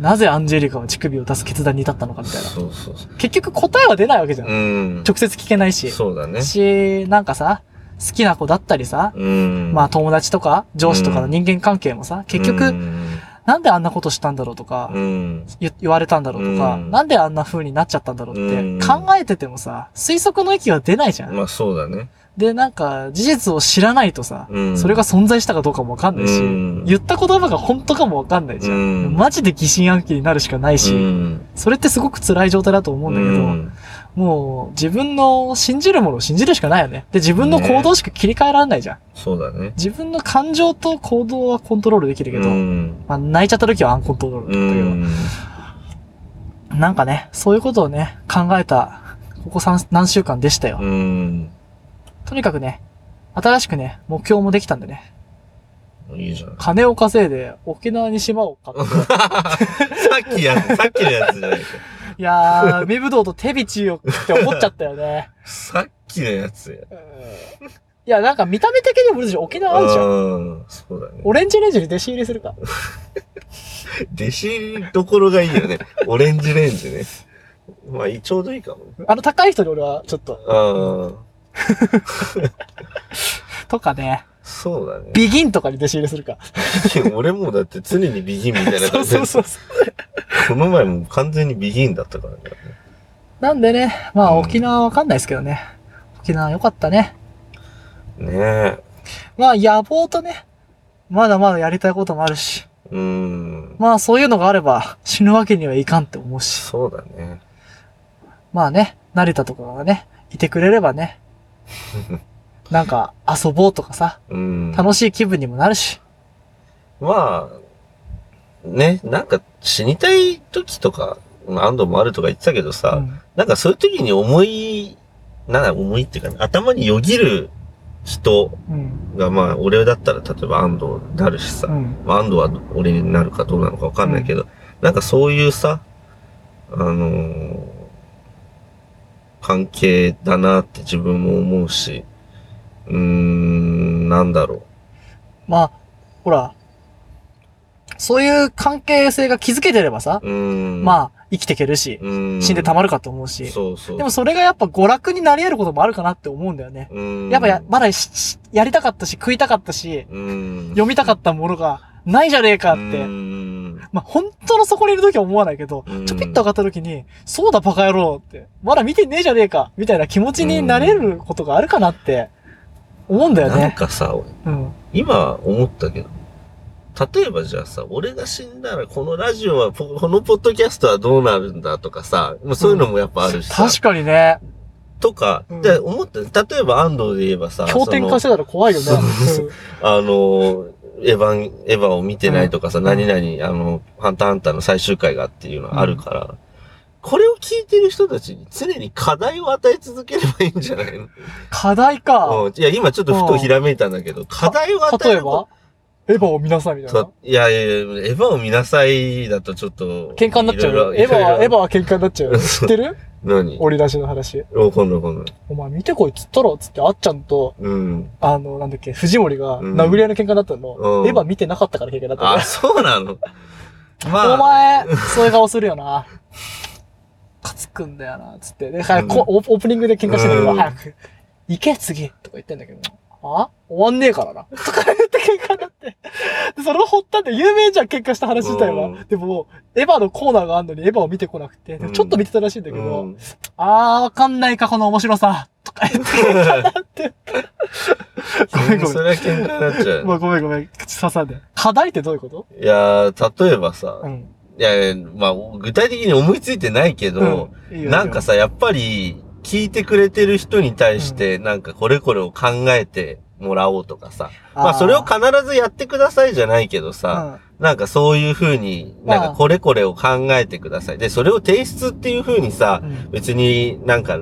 B: なぜアンジェリカは乳首を出す決断に至ったのかみたいな。
A: そうそうそう。
B: 結局答えは出ないわけじゃん。
A: うん。
B: 直接聞けないし。
A: そうだね。
B: し、なんかさ、好きな子だったりさ、
A: うん。
B: まあ友達とか上司とかの人間関係もさ、結局、
A: うん
B: なんであんなことしたんだろうとか、
A: うん。
B: 言言われたんだろうとか、
A: うん
B: なんであんな風になっちゃったんだろうって、
A: うん
B: 考えててもさ、推測の域は出ないじゃん。
A: まあそうだね。
B: で、なんか、事実を知らないとさ、
A: うん
B: それが存在したかどうかもわかんないし、
A: うん
B: 言った言葉が本当かもわかんないじゃん。
A: うん
B: マジで疑心暗鬼になるしかないし、
A: うん
B: それってすごく辛い状態だと思うんだけど、もう自分の信じるものを信じるしかないよね。で、自分の行動しか切り替えられないじゃん。
A: そうだね。
B: 自分の感情と行動はコントロールできるけど、
A: うん。
B: まあ泣いちゃった時はアンコントロール
A: う
B: だけど、
A: ん。
B: なんかね、そういうことをね、考えた、ここ三何週間でしたよ。
A: うん。
B: とにかくね、新しくね、目標もできたんでね、
A: いいじゃん。
B: 金を稼いで沖縄に島を買って、
A: さっきやつ、さっきのやつじゃないか。
B: いやー、海ぶどうと手びちをって思っちゃったよね。
A: さっきのやつや。
B: うんいや、なんか見た目的にも俺たち沖縄あるじゃん。
A: うん。そうだね。
B: オレンジレンジに弟子入りするか。
A: 弟子入りどころがいいよね。オレンジレンジね。まあ、ちょうどいいかも。
B: あの高い人に俺はちょっと。
A: ああ、
B: とかね、
A: そうだね。
B: ビギンとかに弟子入りするか。
A: 俺もだって常にビギンみたいな
B: そ
A: 感
B: う
A: じで
B: そうそうそう。
A: この前も完全にビギンだったからね。
B: なんでね、まあ
A: うん
B: 沖縄わかんないですけどね。沖縄良かったね。
A: ね
B: まあ野望とね、まだまだやりたいこともあるし、
A: え。うーん。
B: まあそういうのがあれば死ぬわけにはいかんって思うし、
A: そうだね。
B: まあね、成田とかがね、いてくれれば ね、なんか遊ぼうとかさ、
A: うん。
B: 楽しい気分にもなるし、
A: まあ、ね、なんか死にたい時とか、何度もあるとか言ってたけどさ、
B: うん
A: なんかそういう時に思い、なんだ、思いっていうか、ね、頭によぎる人
B: うん、
A: が、まあ、俺だったら、例えば安藤になるしさ、
B: うん、
A: まあ、安藤は俺になるかどうなのかわかんないけど、なんかそういうさ、あのー関係だなって自分も思うし、うーん、なんだろ
B: まあ、ほら、そういう関係性が築けてればさ、
A: う。うーん。あ、
B: まあ、生きていけるし、死んでたまるかと思うし、
A: そうそう。
B: でもそれがやっぱ娯楽になり得ることもあるかなって思うんだよね。
A: うーん、
B: やっぱや、まだししやりたかったし、食いたかったし、
A: うーん、
B: 読みたかったものがないじゃねえかっ
A: う
B: て。
A: ーん
B: まあ、本当のそこにいる時は思わないけど
A: うん、
B: ちょぴっと上がった時に、そうだバカ野郎って、まだ見てねえじゃねえか、みたいな気持ちになれることがあるかなって、思うんだよ
A: なん
B: ね。
A: かさ、
B: うん。
A: 今思ったけど、例えばじゃあさ、俺が死んだらこのラジオは、ポこのポッドキャストはどうなるんだとかさ、もうそういうのもやっぱあるしさ、
B: 確かにね、
A: とか
B: うん、
A: で思って、例えば安藤で言えばさ、
B: 経典化し
A: そ
B: てたら怖いよね。
A: そうそうのあのー、エヴァン、エヴァを見てないとかさ、
B: ん
A: 何々、あの、ハンターハンターの最終回がっていうのはあるから、これを聞いてる人たちに常に課題を与え続ければいいんじゃないの
B: 課題か。
A: うんいや、今ちょっとふとひらめいたんだけど、課題を与え
B: 例え
A: ること
B: ば、エヴァを見なさいみたいな
A: そ。いやいやいや、エヴァを見なさいだとちょっと。
B: 喧嘩になっちゃう
A: いろ
B: よ。
A: いろ
B: エヴァは、エヴァ
A: ァ。
B: は喧嘩になっちゃうよ。知って る
A: 何
B: 折り出しの話。
A: お、今度今度。
B: お前見てこいっつったろっつって、あっちゃんと、
A: うん。
B: あの、なんだっけ、藤森が
A: うん
B: 殴り合いの喧嘩だったの。
A: うん
B: エヴァ見てなかったから喧嘩だったの
A: あ、そうなのまあ。
B: お前、そういう顔するよな。かつくんだよな、つって。で、早く、こオープニングで喧嘩してたけど、
A: うん
B: 早く、行け、次とか言ってんだけど、あ終わんねえからな。とか言って喧嘩になって。で、その発端で有名じゃん、喧嘩した話自体
A: う
B: は
A: ん。
B: でも、エヴァのコーナーがあるのにエヴァを見てこなくて、でもちょっと見てたらしいんだけど、
A: うん
B: あー、わかんないか、この面白さ。とか言って喧嘩になって。ごめんご
A: そ
B: め
A: れは喧嘩になっちゃ
B: ん。ま
A: う。
B: あ、ごめんごめん。口刺さんで。課題ってどういうこと
A: いやー、例えばさ
B: う、ん。
A: いやいや、まあ、具体的に思いついてないけど、
B: うんいいよ
A: なんかさ、やっぱり、聞いてくれてる人に対して、なんかこれこれを考えてもらおうとかさ。まあ、それを必ずやってくださいじゃないけどさ、
B: うん
A: なんかそういうふうに、
B: まあ
A: なんかこれこれを考えてください。で、それを提出っていうふうにさ
B: う、ん
A: 別になんか、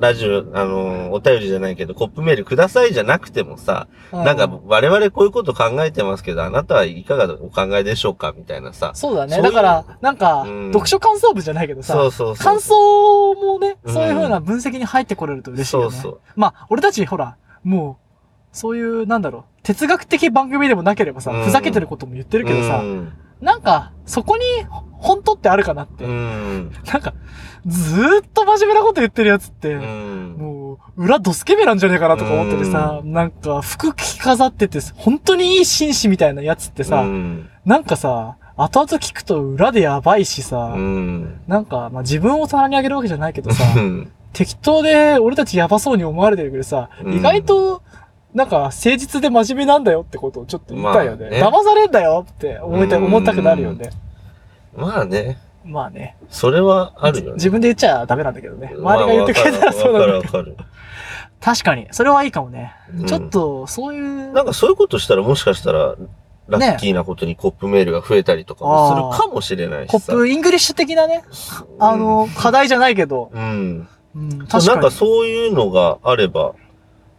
A: ラジオ、あの、お便りじゃないけど、コップメールくださいじゃなくてもさ、なんか我々こういうこと考えてますけど、あなたはいかがお考えでしょうかみたいなさ。
B: そう
A: そう
B: だね。
A: いう
B: だから、なんか、
A: うん
B: 読書感想部じゃないけど
A: そ
B: さ、
A: うそうそう。
B: 感想もね、
A: うん
B: そういう風な分析に入ってこれると嬉しい
A: そ
B: よ
A: う
B: ね。
A: そう。
B: まあ、俺たち、ほら、もう、そういう、なんだろう、哲学的番組でもなければさ、
A: うん
B: ふざけてることも言ってるけどさ、
A: うん
B: なんか、そこに、本当ってあるかなって。
A: うん。
B: なんか、ずーっと真面目なこと言ってるやつって、
A: うん。
B: もう、裏ドスケベなんじゃねえかなとか思っててさ、なんか、服着飾ってて、本当にいい紳士みたいなやつってさ、
A: うん
B: なんかさ、後々聞くと裏でやばいしさ、
A: うん。
B: なんか、まあ、自分を棚にあげるわけじゃないけどさ、
A: うん
B: 適当で俺たちやばそうに思われてるけどさ、
A: うん
B: 意外と、なんか、誠実で真面目なんだよってことをちょっと言ったよね。
A: まあね
B: 騙されんだよって思いたい、
A: うん
B: 思ったくなるよね。
A: まあね、
B: まあね。
A: それはあるよね。
B: 自分で言っちゃダメなんだけどね。
A: まあ
B: 周りが言ってくれたらそうなんだけど
A: わ。かるわか
B: 確かに。それはいいかもね。
A: る。うん
B: ちょっと、そういう。
A: なんかそういうことしたらもしかしたら、ラッキーなことにコップメールが増えたりとかもするかもしれない
B: コ
A: し
B: ッ
A: さ。
B: プ、イングリッシュ的なね、あの、課題じゃないけど、
A: うん、うん。
B: うん、確かに。
A: なんかそういうのがあれば、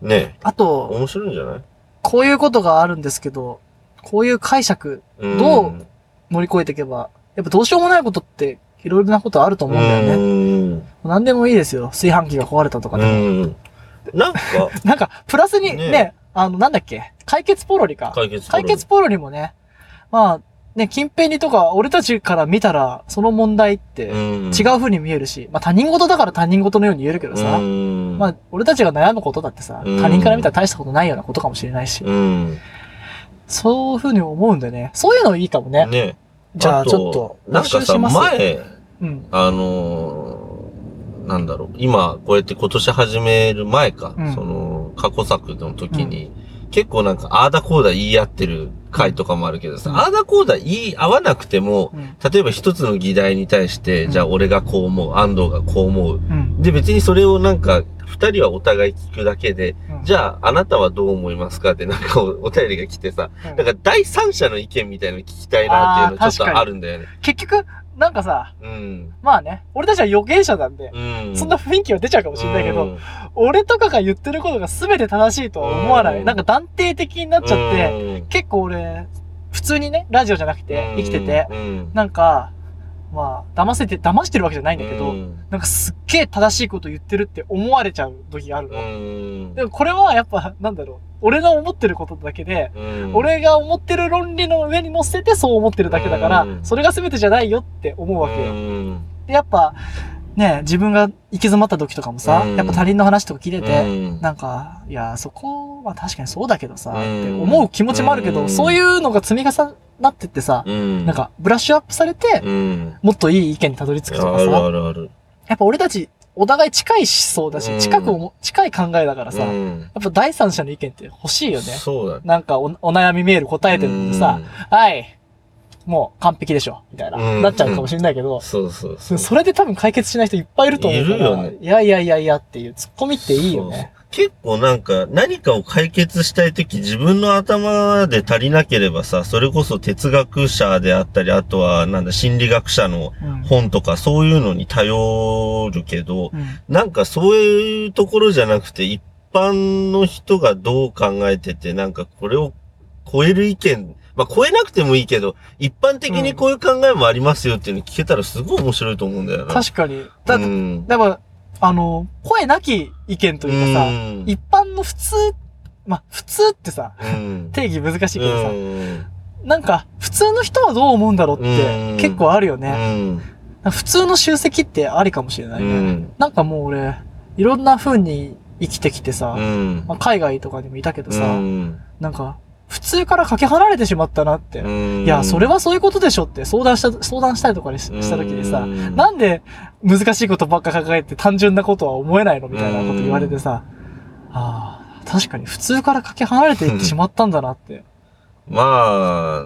A: ね、
B: あと、
A: 面白いんじゃない
B: こういうことがあるんですけど、こういう解釈
A: うん
B: どう乗り越えていけば、やっぱどうしようもないことって、いろいろなことあると思うんだよね。
A: ね。
B: 何でもいいですよ。炊飯器が壊れたとか
A: う
B: でも。
A: ん。うん。なんか、
B: なんか、プラスにね、
A: ね
B: あの、なんだっけ解決ポロリか。
A: 解決
B: 解決ポロリもね、まあ、ね、近辺にとか、俺たちから見たら、その問題って、
A: うん、
B: 違う風に見えるし、まあ他人事だから他人事のように言えるけどさ、
A: うん、
B: まあ俺たちが悩むことだってさ、
A: うん
B: 他人から見たら大したことないようなことかもしれないし、
A: うん。
B: そういう風に思うんでね、そういうのいいかもね。
A: ね。
B: じゃあ
A: と
B: ちょっと、
A: なん
B: 募
A: か
B: 集
A: さ、
B: します。
A: 前、
B: うん。
A: あのーなんだろう、今、こうやって今年始める前か、
B: うん
A: その、過去作の時に、結構なんか、ああだこうだ言い合ってる回とかもあるけどさ、
B: うん
A: ああだこうだ言い合わなくても、
B: うん。
A: 例えば一つの議題に対して、
B: うん
A: じゃあ俺がこう思う、安藤がこう思う。
B: うん。
A: で、別にそれをなんか、二人はお互い聞くだけで、じ
B: ゃ
A: ゃああなたはどう思いますかってなんかおお便りが来てさ、
B: あ、
A: なんか第三者の意見みたいなの聞きたいなっていう
B: あ
A: の
B: ー
A: ちょっとあるんだよね。
B: 結局、なんかさ、
A: うん。
B: まあね、俺たちは予言者なんで、
A: うん。
B: そんな雰囲気は出ちゃうかもしれないけど、
A: うん
B: 俺とかが言ってることが全て正しいとは思わない。
A: うん
B: なんか断定的になっちゃって、
A: うん
B: 結構俺、普通にね、ラジオじゃなくて生きてて、
A: うん
B: なんか、まあ、騙せて、騙してるわけじゃないんだけど、
A: うん
B: なんかすっげえ正しいこと言ってるって思われちゃう時がある
A: う
B: の。
A: ん
B: でもこれはやっぱ、なんだろう。俺の思ってることだけで、
A: うん
B: 俺が思ってる論理の上に乗せてそう思ってるだけだから、
A: うん
B: それが全てじゃないよって思うわけ
A: う
B: よ。
A: ん
B: で、やっぱ、ね、自分が行き詰まった時とかもさ、
A: うん
B: やっぱ他人の話とか聞いて
A: う
B: て、
A: ん
B: なんか、いや、そこは確かにそうだけどさ、っ
A: うん
B: て思う気持ちもあるけ
A: う
B: ど、
A: ん
B: そういうのが積み重なってってさ、
A: うん
B: なんか、ブラッシュアップされて、
A: うん
B: もっといい意見にたどり着くとか
A: あ
B: さ、
A: るあるある
B: やっぱ俺たち、お互い近い思想だし、
A: うん
B: 近くも、近い考えだからさ、
A: う
B: やっ
A: ん
B: ぱ第三者の意見って欲しいよね。
A: そうだね
B: なんかお、お悩みメール答えてるのにさ、はい、もう完璧でしょ、みたいな、
A: うん
B: なっちゃうかもしれないけ
A: うん
B: ど、
A: そうそう
B: そうそれで多分解決しない人いっぱいいると思うから。
A: いるよね
B: いやいやいやいやっていう、ツッコミっていいよね。
A: そう結構なんか何かを解決したいとき自分の頭で足りなければさ、それこそ哲学者であったり、あとはなんだ心理学者の
B: うん
A: 本とかそういうのに頼るけど、
B: うん
A: なんかそういうところじゃなくて、一般の人がどう考えてて、なんかこれを超える意見、まあ超えなくてもいいけど、一般的にこういう考えもありますよっていうの聞けたらすごい面白いと思うんだよな。
B: 確かに。だ、
A: う
B: だ
A: ん。
B: から、あの、声なき意見というかさ、
A: うん
B: 一般の普通、まあ、普通ってさ、
A: うん。
B: 定義難しいけどさ、
A: うん
B: なんか、普通の人はどう思うんだろうって
A: うん
B: 結構あるよ
A: う
B: ね。
A: ん。
B: 普通の集積ってありかもしれな
A: う
B: いね。
A: ん。
B: なんかもう俺、いろんな風に生きてきてさ、
A: うん
B: まあ、海外とかにもいたけど
A: う
B: さ、
A: ん
B: なんか、普通からかけ離れてしまったなって。
A: うん
B: いや、それはそういうことでしょって相談した、相談したりとかにしした時に
A: う
B: さ、
A: ん
B: なんで難しいことばっか考えて単純なことは思えないのみたいなこと言われてさ、ああ、確かに普通からかけ離れていってしまったんだなって。
A: まあ、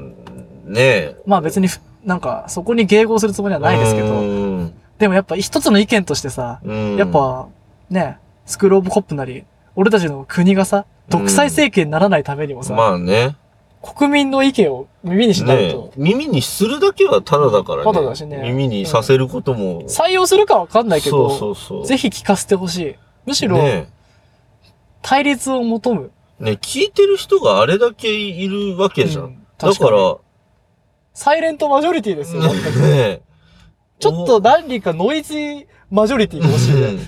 A: ねえ。
B: まあ別にふ、なんか、そこに迎合するつもりはないですけ
A: う
B: ど、
A: ん。
B: でもやっぱ一つの意見としてさ、
A: うん
B: やっ、ぱ、ね、スクールオブコップなり、俺たちの国がさ、独裁政権にならないためにもさ、
A: まあね。
B: 国民の意見を耳にしないと
A: ね、耳にするだけはただだからね。
B: ただだしね
A: 耳にさせることも。
B: 採用するかわかんないけど、
A: そうそうそう。
B: ぜひ聞かせてほしい。むしろ、
A: ね
B: 対立を求む。
A: ね聞いてる人があれだけいるわけじゃん。
B: うん
A: だ
B: 確
A: か
B: からに、サイレントマジョリティですよ。本当に
A: ね
B: ちょっと何人かノイズマジョリティが欲しいね。
A: うん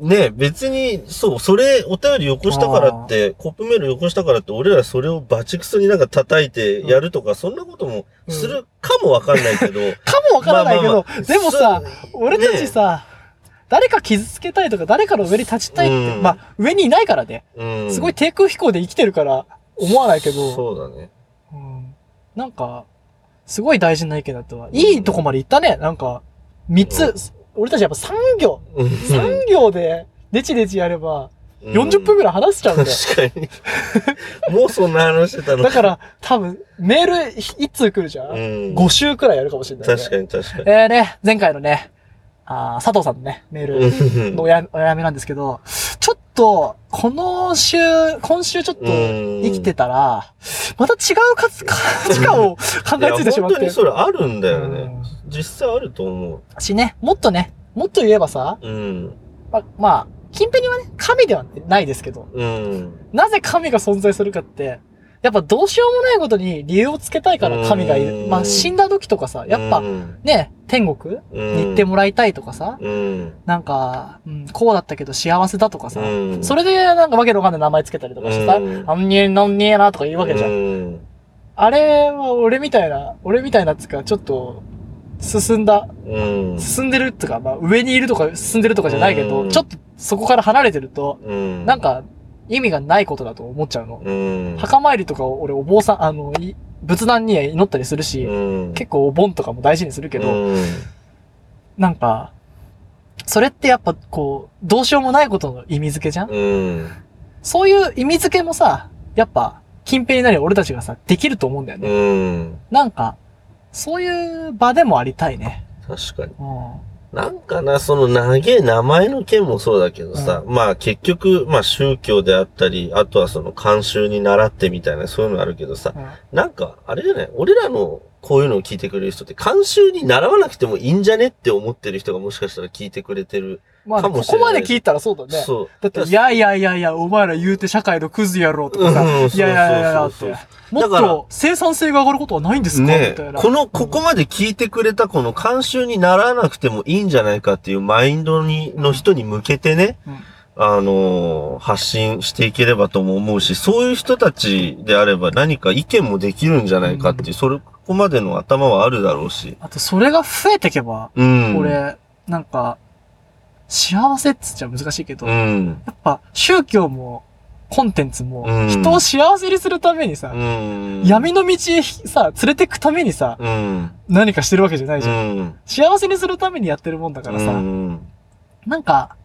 A: ね、別に、そう、それ、お便りよこしたからって、コップメールよこしたからって、俺らそれをバチクソになんか叩いてやるとか、そんなこともするかもわかんないけど。
B: かもわからないけ
A: まあま
B: ど
A: あまあ、
B: でもさ
A: そう、
B: 俺たちさ、誰か傷つけたいとか、誰かの上に立ちたいって、
A: うん
B: まあ、上にいないからね。
A: うん
B: すごい低空飛行で生きてるから、思わないけど、
A: そうだね。
B: うんなんか、すごい大事な意見だったわ。いいとこまで行ったね。なんか、三
A: う
B: つ、俺たちやっぱ産業、
A: うん
B: 産業で、ネチネチやれば、40分
A: ぐ
B: ぐらい話しちゃうん だよ。
A: 確かに。もうそんな話してたの
B: だから、多分、メール一通来るじゃ。
A: うんん。
B: 5週くらいやるかもしれないね。
A: 確かに確かに。
B: えーね、前回のね、あー佐藤さんのね、メール
A: うん
B: のおやおやめなんですけど、ちょっと、この週、今週ちょっと
A: うん
B: 生きてたら、また違うかつ価 値観を考えついてしまっ
A: いや本当
B: て
A: に。それあるんだよ
B: う
A: ね
B: ん。
A: 実際あると思
B: しね、もっとね、もっと言えばさ、
A: う。うん。
B: ま、まあ、近辺にはね、神ではないですけど、
A: うん。
B: なぜ神が存在するかって、やっぱどうしようもないことに理由をつけたいから神がいる。
A: うん
B: まあ、死んだ時とかさ、やっぱ、
A: うん、
B: ね、天国に行ってもらいたいとかさ、
A: うん。
B: なんか、うん、こうだったけど幸せだとかさ、
A: うん
B: それでなんかわけのわかんない名前つけたりとかしてさ、
A: うん
B: あんにえなんにえなとか言うわけじゃん。
A: うん。
B: あれは俺みたいな、俺みたいなっつうか、ちょっと、進んだ、
A: うん。
B: 進んでるっつうか、まあ上にいるとか進んでるとかじゃないけど、
A: うん
B: ちょっとそこから離れてると、
A: うん。
B: なん、か意味がないことだと思っちゃうの。
A: うん。
B: 墓参りとかを俺お坊さん、あの、い仏壇に祈ったりするし、
A: うん、
B: 結構お盆とかも大事にするけど、
A: うん、
B: なんか、それってやっぱこう、どうしようもないことの意味付けじゃん
A: うん。
B: そういう意味付けもさ、やっぱ、近辺になり俺たちがさ、できると思うんだよね。
A: うん。
B: なんか、そういう場でもありたいね。
A: 確かに。
B: うん。
A: なんかな、その長え名前の件もそうだけどさ、まあ結局、まあ宗教であったり、あとはその慣習に習ってみたいな、そういうのあるけどさ、なんか、あれじゃない俺らのこういうのを聞いてくれる人って、慣習に習わなくてもいいんじゃねって思ってる人がもしかしたら聞いてくれてる。
B: まあ、
A: か
B: こ
A: もし
B: こ
A: れな
B: ま
A: い
B: で聞いたらそうだね。
A: そう。
B: だって、いやいやいやいや、お前ら言うて社会のクズやろとかさ、
A: うんうん
B: いやいやいやいやっ
A: そうそう
B: て
A: そうそ。
B: もっ
A: だから
B: と生産性が上がることはないんですか、み
A: ね
B: たいな。
A: この、ここまで聞いてくれたこの慣習にならなくてもいいんじゃないかっていうマインドに、の人に向けてね、
B: うん
A: あのー発信していければとも思うし、そういう人たちであれば何か意見もできるんじゃないかっていう、それ、ここまでの頭はあるだろうし。
B: あと、それが増えてけば、
A: うん。
B: 俺、なんか、幸せっつっちゃ難しいけど、
A: う
B: や
A: ん。
B: っぱ、宗教も、コンテンツも
A: う、ん
B: 人を幸せにするためにさ、
A: うん。
B: 闇の道へひさ、連れてくためにさ、
A: うん。
B: 何かしてるわけじゃないうじゃん。
A: ん。
B: 幸せにするためにやってるもんだからさ、
A: うん
B: なんか、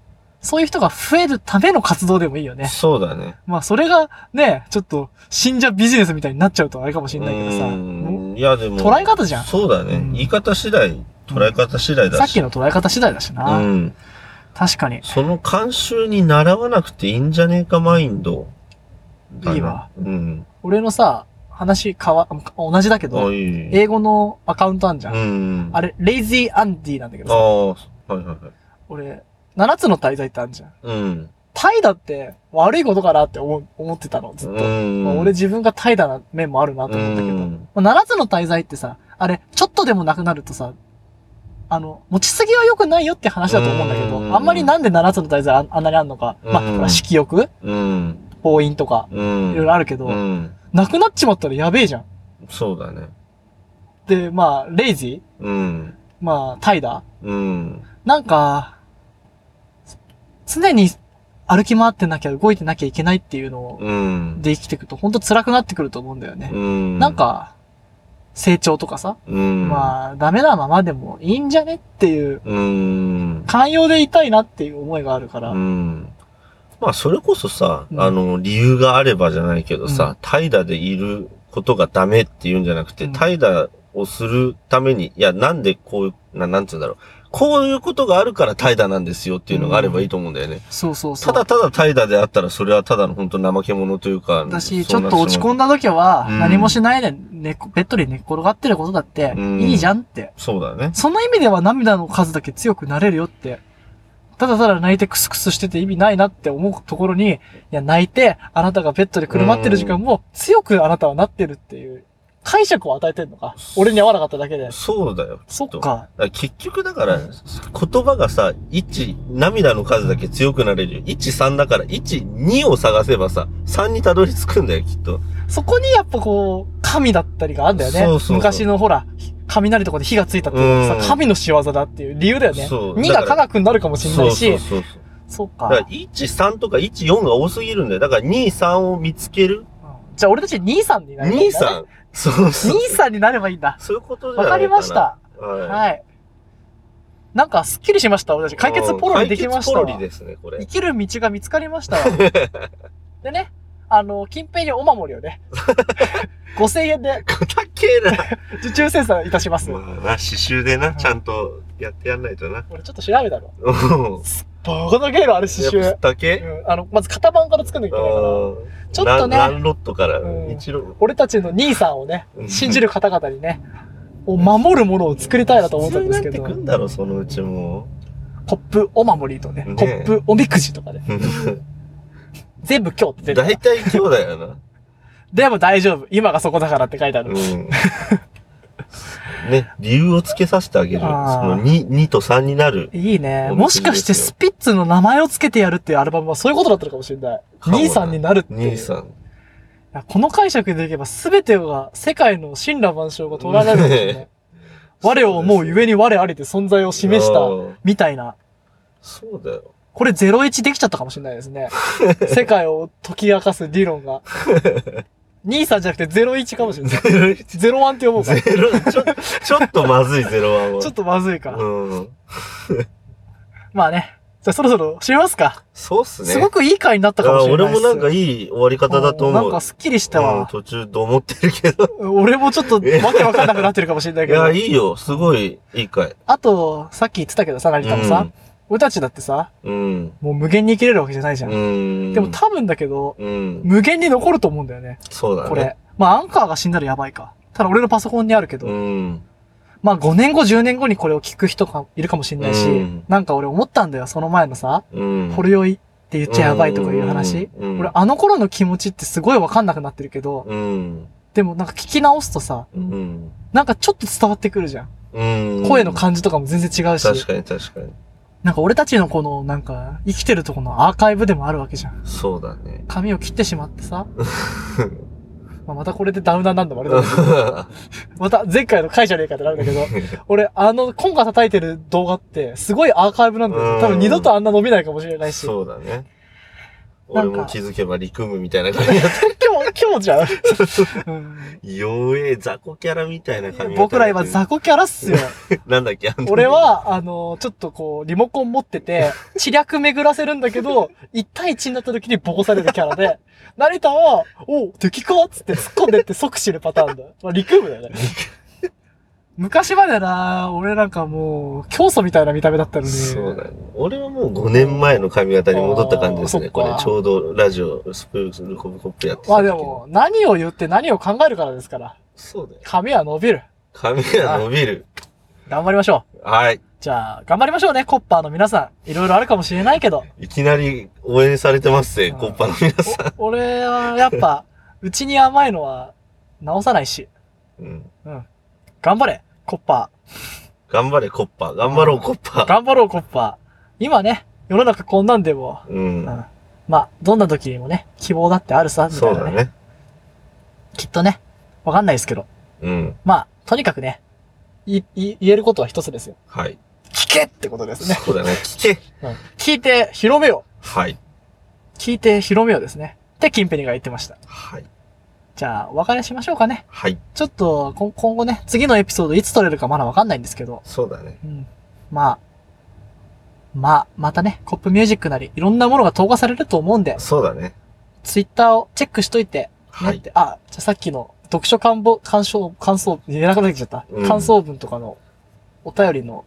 B: そういう人が増えるための活動でもいいよね。
A: そうだね。
B: まあ、それが、ね、ちょっと、信者ビジネスみたいになっちゃうとあれかもしんないけどさ、も
A: うん。いや、でも。
B: う捉え方じゃん。
A: そうだね。
B: うん
A: 言い方次第、捉え方次第だし。
B: さっきの捉え方次第だしな。
A: うん。
B: 確かに。
A: その慣習に習わなくていいんじゃねえかマインド。
B: いいわ。
A: うん。
B: 俺のさ、話変わ、同じだけ
A: あ、
B: ど、
A: いい。
B: 英語のアカウントあんじゃん。
A: うん。
B: あ
A: れ
B: れ、レイジーアンディなんだけど
A: あ
B: さ、
A: あ、はいはいはい。
B: 俺、7つの滞在ってあんじゃん。
A: うん。
B: タイだって悪いことかなって思う思ってたの、ずっと。
A: うん
B: まあ俺自分が怠惰な面もあるなと思ったけど。まあ、7つの滞在ってさ、あれ、ちょっとでもなくなるとさ、あの、持ちすぎは良くないよって話だと思うんだけど、
A: うん
B: あんまりなんで7つの滞在ああんなにあんのか、ま
A: う
B: あ、
A: ん
B: ほら、色欲
A: うん。
B: 暴飲とか、
A: うん。
B: いろいろあるけど、
A: うん。
B: なくなっちまったらやべえじゃん。
A: そうだね。
B: で、まあ、レイジー
A: うん。
B: まあ、怠惰
A: うん。
B: なんか、常に歩き回ってなきゃ動いてなきゃいけないっていうのを、
A: うん。
B: で生きていくと、ほんと辛くなってくると思うんだよね
A: う。ん。
B: なん、か、成長とかさ、
A: うん。
B: まあ、ダメなままでもいいんじゃねっていう、
A: うん。
B: 寛容でいたいなっていう思いがあるから。
A: うん。まあ、それこそさ、
B: うん
A: あの、理由があればじゃないけど
B: う
A: さ、怠惰でいることがダメっていうんじゃなくて、
B: うん
A: 怠惰をするために、いや、なんでこういう、ななんつうんだろう。こういうことがあるから怠惰なんですよっていうのがあればいいと思うんだよね。
B: そうそうそ
A: た
B: う。
A: だただ怠惰であったら、それはただの本当怠け者というか。
B: だし、ちょっと落ち込
A: ん
B: んだ時は、
A: うん
B: 何もしないで、ね、ベッドで寝っ転がってることだって、
A: うん
B: いいじゃんって。
A: そうだね。
B: その意味では涙の数だけ強くなれるよって。ただただ泣いてクスクスしてて意味ないなって思うところに、いや、泣いて、あなたがベッドでくるまってる時間も強くあなたはなってるっていう、解釈を与えてんのか。俺に合わなかっただけで。
A: そうだよ。
B: そっか。
A: だから結局だから、言葉がさ、1、涙の数だけ強くなれるよ。1、3だから、1、2を探せばさ、3にたどり着くんだよ、きっと。
B: そこにやっぱこう、神だったりがあるんだよね。
A: そうそうそう
B: 昔のほら、雷とかで火がついたっていうのは
A: うん
B: さ、神の仕業だっていう理由だよね。
A: そう
B: 2
A: だか
B: が
A: ら
B: 科学になるかもしれない
A: そ
B: し
A: う、そうそう。
B: そう
A: だから
B: か。
A: 1、3とか1、4が多すぎるんだよ。だから2、3を見つける。
B: うんじゃあ俺たち兄さんになればい
A: 2、
B: いんだ
A: 3。
B: ね。
A: そうそう。
B: 兄さんになればいいんだ。
A: そういうことじゃ
B: わ
A: ない
B: かりました。
A: かな。はい。
B: はい。なんか、すっきりしました、俺たち。解決ポロリできましたわ。
A: 解決ポロリですね、これ
B: 生。きる道が見つかり ましたわ。でね、あの、近平にお守りをね、5000円で
A: かたけ え
B: 受注生産いたします。
A: な。まあな、刺繍でな、ちゃんとやってやんないとな。
B: 俺ちょっと調べたの。
A: うん。
B: バカだけのあれ刺
A: やっ
B: 繍。
A: ぱ竹
B: うん、あの、まず型番から作んなきゃいけないから。
A: ち
B: ちょっとね
A: ランロットから
B: うん、
A: 一郎。
B: 俺たちの兄さんをね
A: う、ん
B: 信じる方々にね、を守るものを作りたいなと思ったんですけど
A: 必要になっ、てくんだろ、そのうちも
B: コップお守りとね
A: ね、
B: コップおみくじとかね、
A: う。
B: 全部今日って出て
A: 大
B: る。
A: 体今日だよな。
B: でも大丈夫。今がそこだからって書いてあ
A: う
B: る
A: ん。。 ね、理由をつけさせてあげる。そ
B: あー
A: の2、2と3になる。
B: いいね。
A: おみ
B: も
A: くじで
B: し
A: すよ
B: かしてスピッツの名前を付けてやるっていうアルバムはそういうことだったのかもしれない。
A: かもね
B: 兄さんになるっていう。
A: 2、3。
B: いやこの解釈でいけば全てが世界の神羅万象が捉えられるんです よね
A: ね。
B: 我を思うゆえに我ありて存在を示し
A: あ
B: た、
A: ー
B: みたいな。
A: そうだよ。
B: これ01できちゃったかもしれないです ね。世界を解き明かす理論が。兄さんじゃなくて01かもしれない。01って呼ぼうか。
A: ゼロ、ちょ、ちょっとまずい、ゼロワンは。
B: ちょっとまずいか。
A: うん。
B: まあね。じゃあそろそろ締めますか。
A: そうっすね。
B: すごくいい回になったかも
A: あ
B: しれ
A: 俺
B: ないです。
A: もなんかいい終わり方だと思う。
B: なんかすっきりした
A: うん
B: わ。
A: 途中と思ってるけど。
B: 俺もちょっとわけわかんなくなってるかもしれない
A: い
B: けど
A: や、。いいよ。すごい、いい回。
B: あと、さっき言ってたけどさ、成田もさ、俺たちだってさ、
A: うん。
B: もう無限に生きれるわけじゃないじゃん。
A: うん。
B: でも多分だけど、
A: うん。
B: 無限に残ると思うんだよね。
A: そうだね。
B: これ。まあアンカーが死んだらやばいか。ただ俺のパソコンにあるけど、
A: うん。
B: まあ5年後、10年後にこれを聞く人がいるかもしれないし、
A: うん
B: なんか俺思ったんだよ、その前のさ、
A: うん。
B: ほろ酔いって言っちゃやばいとかいう話。
A: うん。
B: 俺あの頃の気持ちってすごいわかんなくなってるけど、
A: うん。
B: でもなんか聞き直すとさ、
A: うん。
B: なんかちょっと伝わってくるじゃん。
A: うん。
B: 声の感じとかも全然違うし。
A: 確かに確かに。
B: なんか俺たちのこの、なんか、生きてるとこのアーカイブでもあるわけじゃん。
A: そうだね。
B: 髪を切ってしまってさ。まあまたこれでダウナーなんだもん、あれだけど。また前回の回じゃねえかってなるんだけ ど。俺、あの、今回叩いてる動画って、すごいアーカイブなんだよ
A: う
B: ね。
A: ん
B: 多分二度とあんな伸びないかもしれないし。今
A: そうだね。
B: なん
A: 俺
B: か
A: も気づけば陸むみたいな感じだっ
B: 日、今日 じゃん。うん
A: た。よえ、雑魚キャラみたいな感じ。
B: 僕ら今雑魚キャラっすよ。
A: なんだっけあの
B: 俺は、あの、ちょっとこう、リモコン持ってて、知略巡らせるんだけど、一対一になった時にボコされるキャラで、成田は、おう敵かっつって突っ込んでって即死ぬパターンだ。まあ、陸部だよね。昔までな、俺なんかもう、教祖みたいな見た目だったのに。
A: そうだね。俺はもう5年前の髪型に戻った感じです
B: あー
A: ね。こ
B: そっ
A: れ
B: か
A: ちょうどラジオ、スプーン、コブコップやってた時
B: ま
A: の
B: あで。も、何を言って何を考えるからですから。
A: そうだよ。
B: 髪は伸びる。
A: 髪が伸びる。
B: 頑張りましょう。
A: はい。
B: じゃあ、頑張りましょうね、コッパーの皆さん。いろいろあるかもしれないけど。
A: いきなり応援されてますぜ、
B: うん
A: コッパの皆さ
B: お俺はやっぱ、うちに甘いのは直さないし。
A: ん。うん
B: 頑張れ、コッパ
A: 頑張れ、コッパ。頑張ろう、コッ
B: ー。
A: パ。
B: 頑張ろう、コッパー。今ね、世の中こんなんでも、
A: う。
B: うんん。まあ、どんな時にもね、希望だってあるさ、みた
A: そ
B: いうな
A: だ
B: ね。
A: ね。
B: きっとね、わかんないですけど。
A: うん。
B: まあ、とにかくね、い、い、言えることは一つですよ。
A: はい。
B: 聞けってことですね。
A: そうだね。聞け。
B: うん聞いて広めよ
A: はい。
B: う。聞いて広めようですね。って、キンペニが言ってました。
A: はい。
B: じゃあ、お別れしましょうかね。
A: はい。
B: ちょっと、こん今後ね、次のエピソードいつ撮れるかまだわかんないんですけど、
A: そうだね。
B: うん。まあ、まあ、またね、コップミュージックなり、いろんなものが投下されると思うんで、
A: そうだね。
B: ツイッターをチェックしといて、ね
A: は
B: っ
A: い。
B: て、あ、じゃあさっきの読書感想、感想、感想、言えなくなっちゃった。
A: うん
B: 感想文とかのお便りの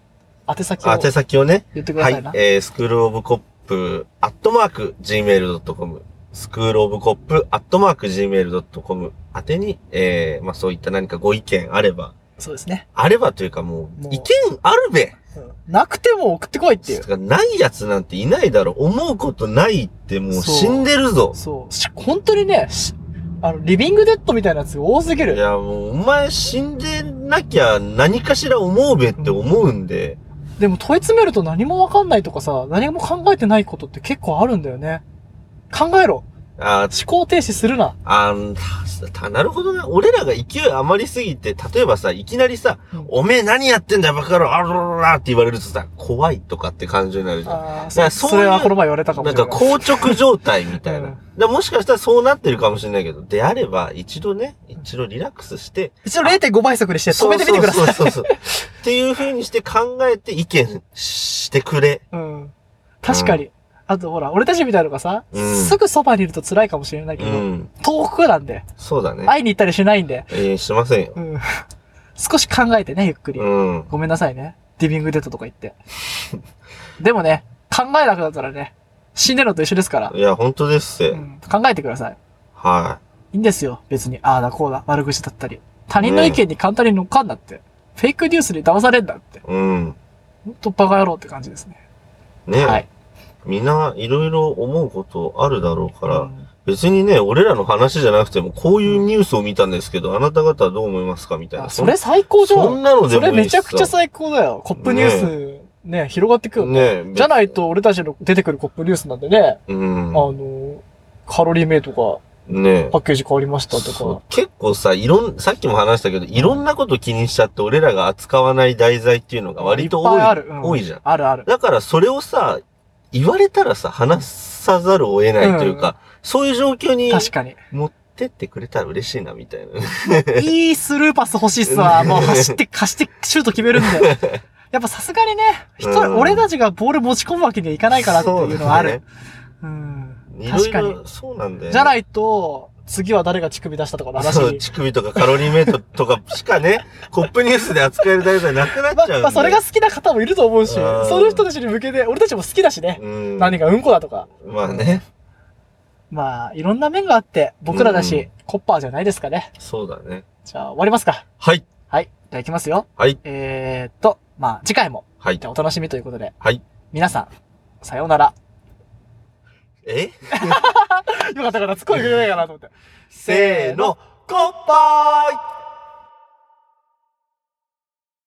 B: 宛先を
A: 宛先をね。
B: 言ってくだ
A: は
B: さ
A: い
B: いな。。
A: えー、スクールオブコップ、アットマーク、gmail.com。スクールオブコップ、アットマーク、gmail.com 宛てに、えー、まあ、そういった何かご意見あれば、
B: そうですね、
A: あればというかも
B: も
A: う
B: う、
A: 意見あるべ
B: うんなくても送ってこいっていう
A: つ。かないやつなんていないだろ。思うことないってもう
B: そう
A: 死んでるぞ。
B: そう。し本当にね、しあの、リビングデッドみたいなやつ多すぎ
A: い
B: る。
A: や、もう、お前死んでなきゃ何かしら思うべって思うんで、
B: でも問い詰めると何もわかんないとかさ、何も考えてないことって結構あるんだよね。考えろ
A: あ
B: 思考停止するな。
A: あーたたなるほどな。俺らが勢い余りすぎて、例えばさ、いきなりさ、
B: うん
A: おめえ何やってんだよ、バカ野郎、あららららって言われるとさ、怖いとかって感じになるじゃん。
B: ああ、
A: い
B: そ
A: や
B: う
A: そう
B: それは
A: いう
B: この前言われたかも
A: なん
B: しれ
A: か
B: ない。
A: 硬直状態みたい
B: う
A: な。
B: ん
A: でもしかしたらそうなってるかもしれないけど、であれば、一度ね、一度リラックスして、
B: 一応0.5倍速にして止めてみてくださ
A: そ
B: い。
A: うそうそうそう っていう風にして考えて意見してくれ。
B: うん。確かに。あとほら、俺たちみたいのがさ、
A: うん
B: すぐそばにいると辛いかもしれないけ
A: う
B: ど、
A: ん。
B: 遠くなんで、
A: そうだね。
B: 会いに行ったりしないんで、
A: えー、しませんよ。
B: うん。少し考えてね、ゆっくり。
A: うん。
B: ごめんなさいね。リビングデッドとか言って。でもね、考えなくなったらね、死んでるのと一緒ですから、
A: いや、本当ですって。
B: うん考えてください。
A: はい
B: いんですよ。別に、ああだこうだ、悪口だったり。他人の意見に簡単に乗っかんなって。フェイクニュースに騙されんだって。。
A: うん。
B: ほんとバカ野郎って感じですね。
A: ね、
B: はい。
A: みんないろいろ思うことあるだろうから、
B: うん
A: 別にね、俺らの話じゃなくても、こういうニュースを見たんですけど、あなた方はどう思いますかみたいな。
B: あそれ最高じゃん。
A: そんなのでもいいしさ
B: それめちゃくちゃ最高だよ。コップニュース、ね、広がってくよね。
A: ね
B: じゃない。と俺たちの出てくるコップニュースなんでね、
A: うん
B: あ。の、カロリー名とか、
A: ね
B: パッケージ変わりましたと
A: そう
B: か。
A: 結構さ、いろん、さっきも話したけど、いろんなこと気にしちゃって、俺らが扱わない題材っていうのが割と多
B: っ
A: い、
B: ぱある、う
A: 多いじゃん。
B: あるある。
A: だからそれをさ、言われたらさ、話さざるを得ないというか、そういう状況に
B: 確かに。
A: 持ってってくれたら嬉しいな、みたいな。
B: いいスルーパス欲しいっすわ。もう走って、貸して、シュート決めるんで。 やっぱさすがにね、一人、
A: うん
B: 俺たちがボール持ち込むわけにはいかないからっていうのはある。う
A: そうだね。
B: ん。
A: いろ
B: 確
A: い
B: か
A: ろ
B: に。
A: そうなんだよね。
B: じゃないと、次は誰が乳首出したとかの話
A: そう、
B: に。
A: 乳首とかカロリーメイトとかしか ね、コップニュースで扱える題材なくなっちゃ
B: ま
A: うんで。
B: あ、まあ、それが好きな方もいると思うし、そ
A: うん
B: の人たちに向けて、俺たちも好きだしね。
A: うん、
B: 何がうんこだとか。
A: まあね。
B: まあ、いろんな面があって、僕らだし、
A: うん
B: コッパーじゃないですかね。
A: そうだね。
B: じゃあ、終わりますか。
A: はい。
B: はい。じゃあ、いきますよ。
A: はい。
B: えーっと、まあ、次回も、
A: はい
B: じ。ゃあお楽しみということで。
A: はい。
B: 皆さん、さようなら。
A: え
B: よかったから、突っ込んでくれないかなと思って。
A: せーの、乾杯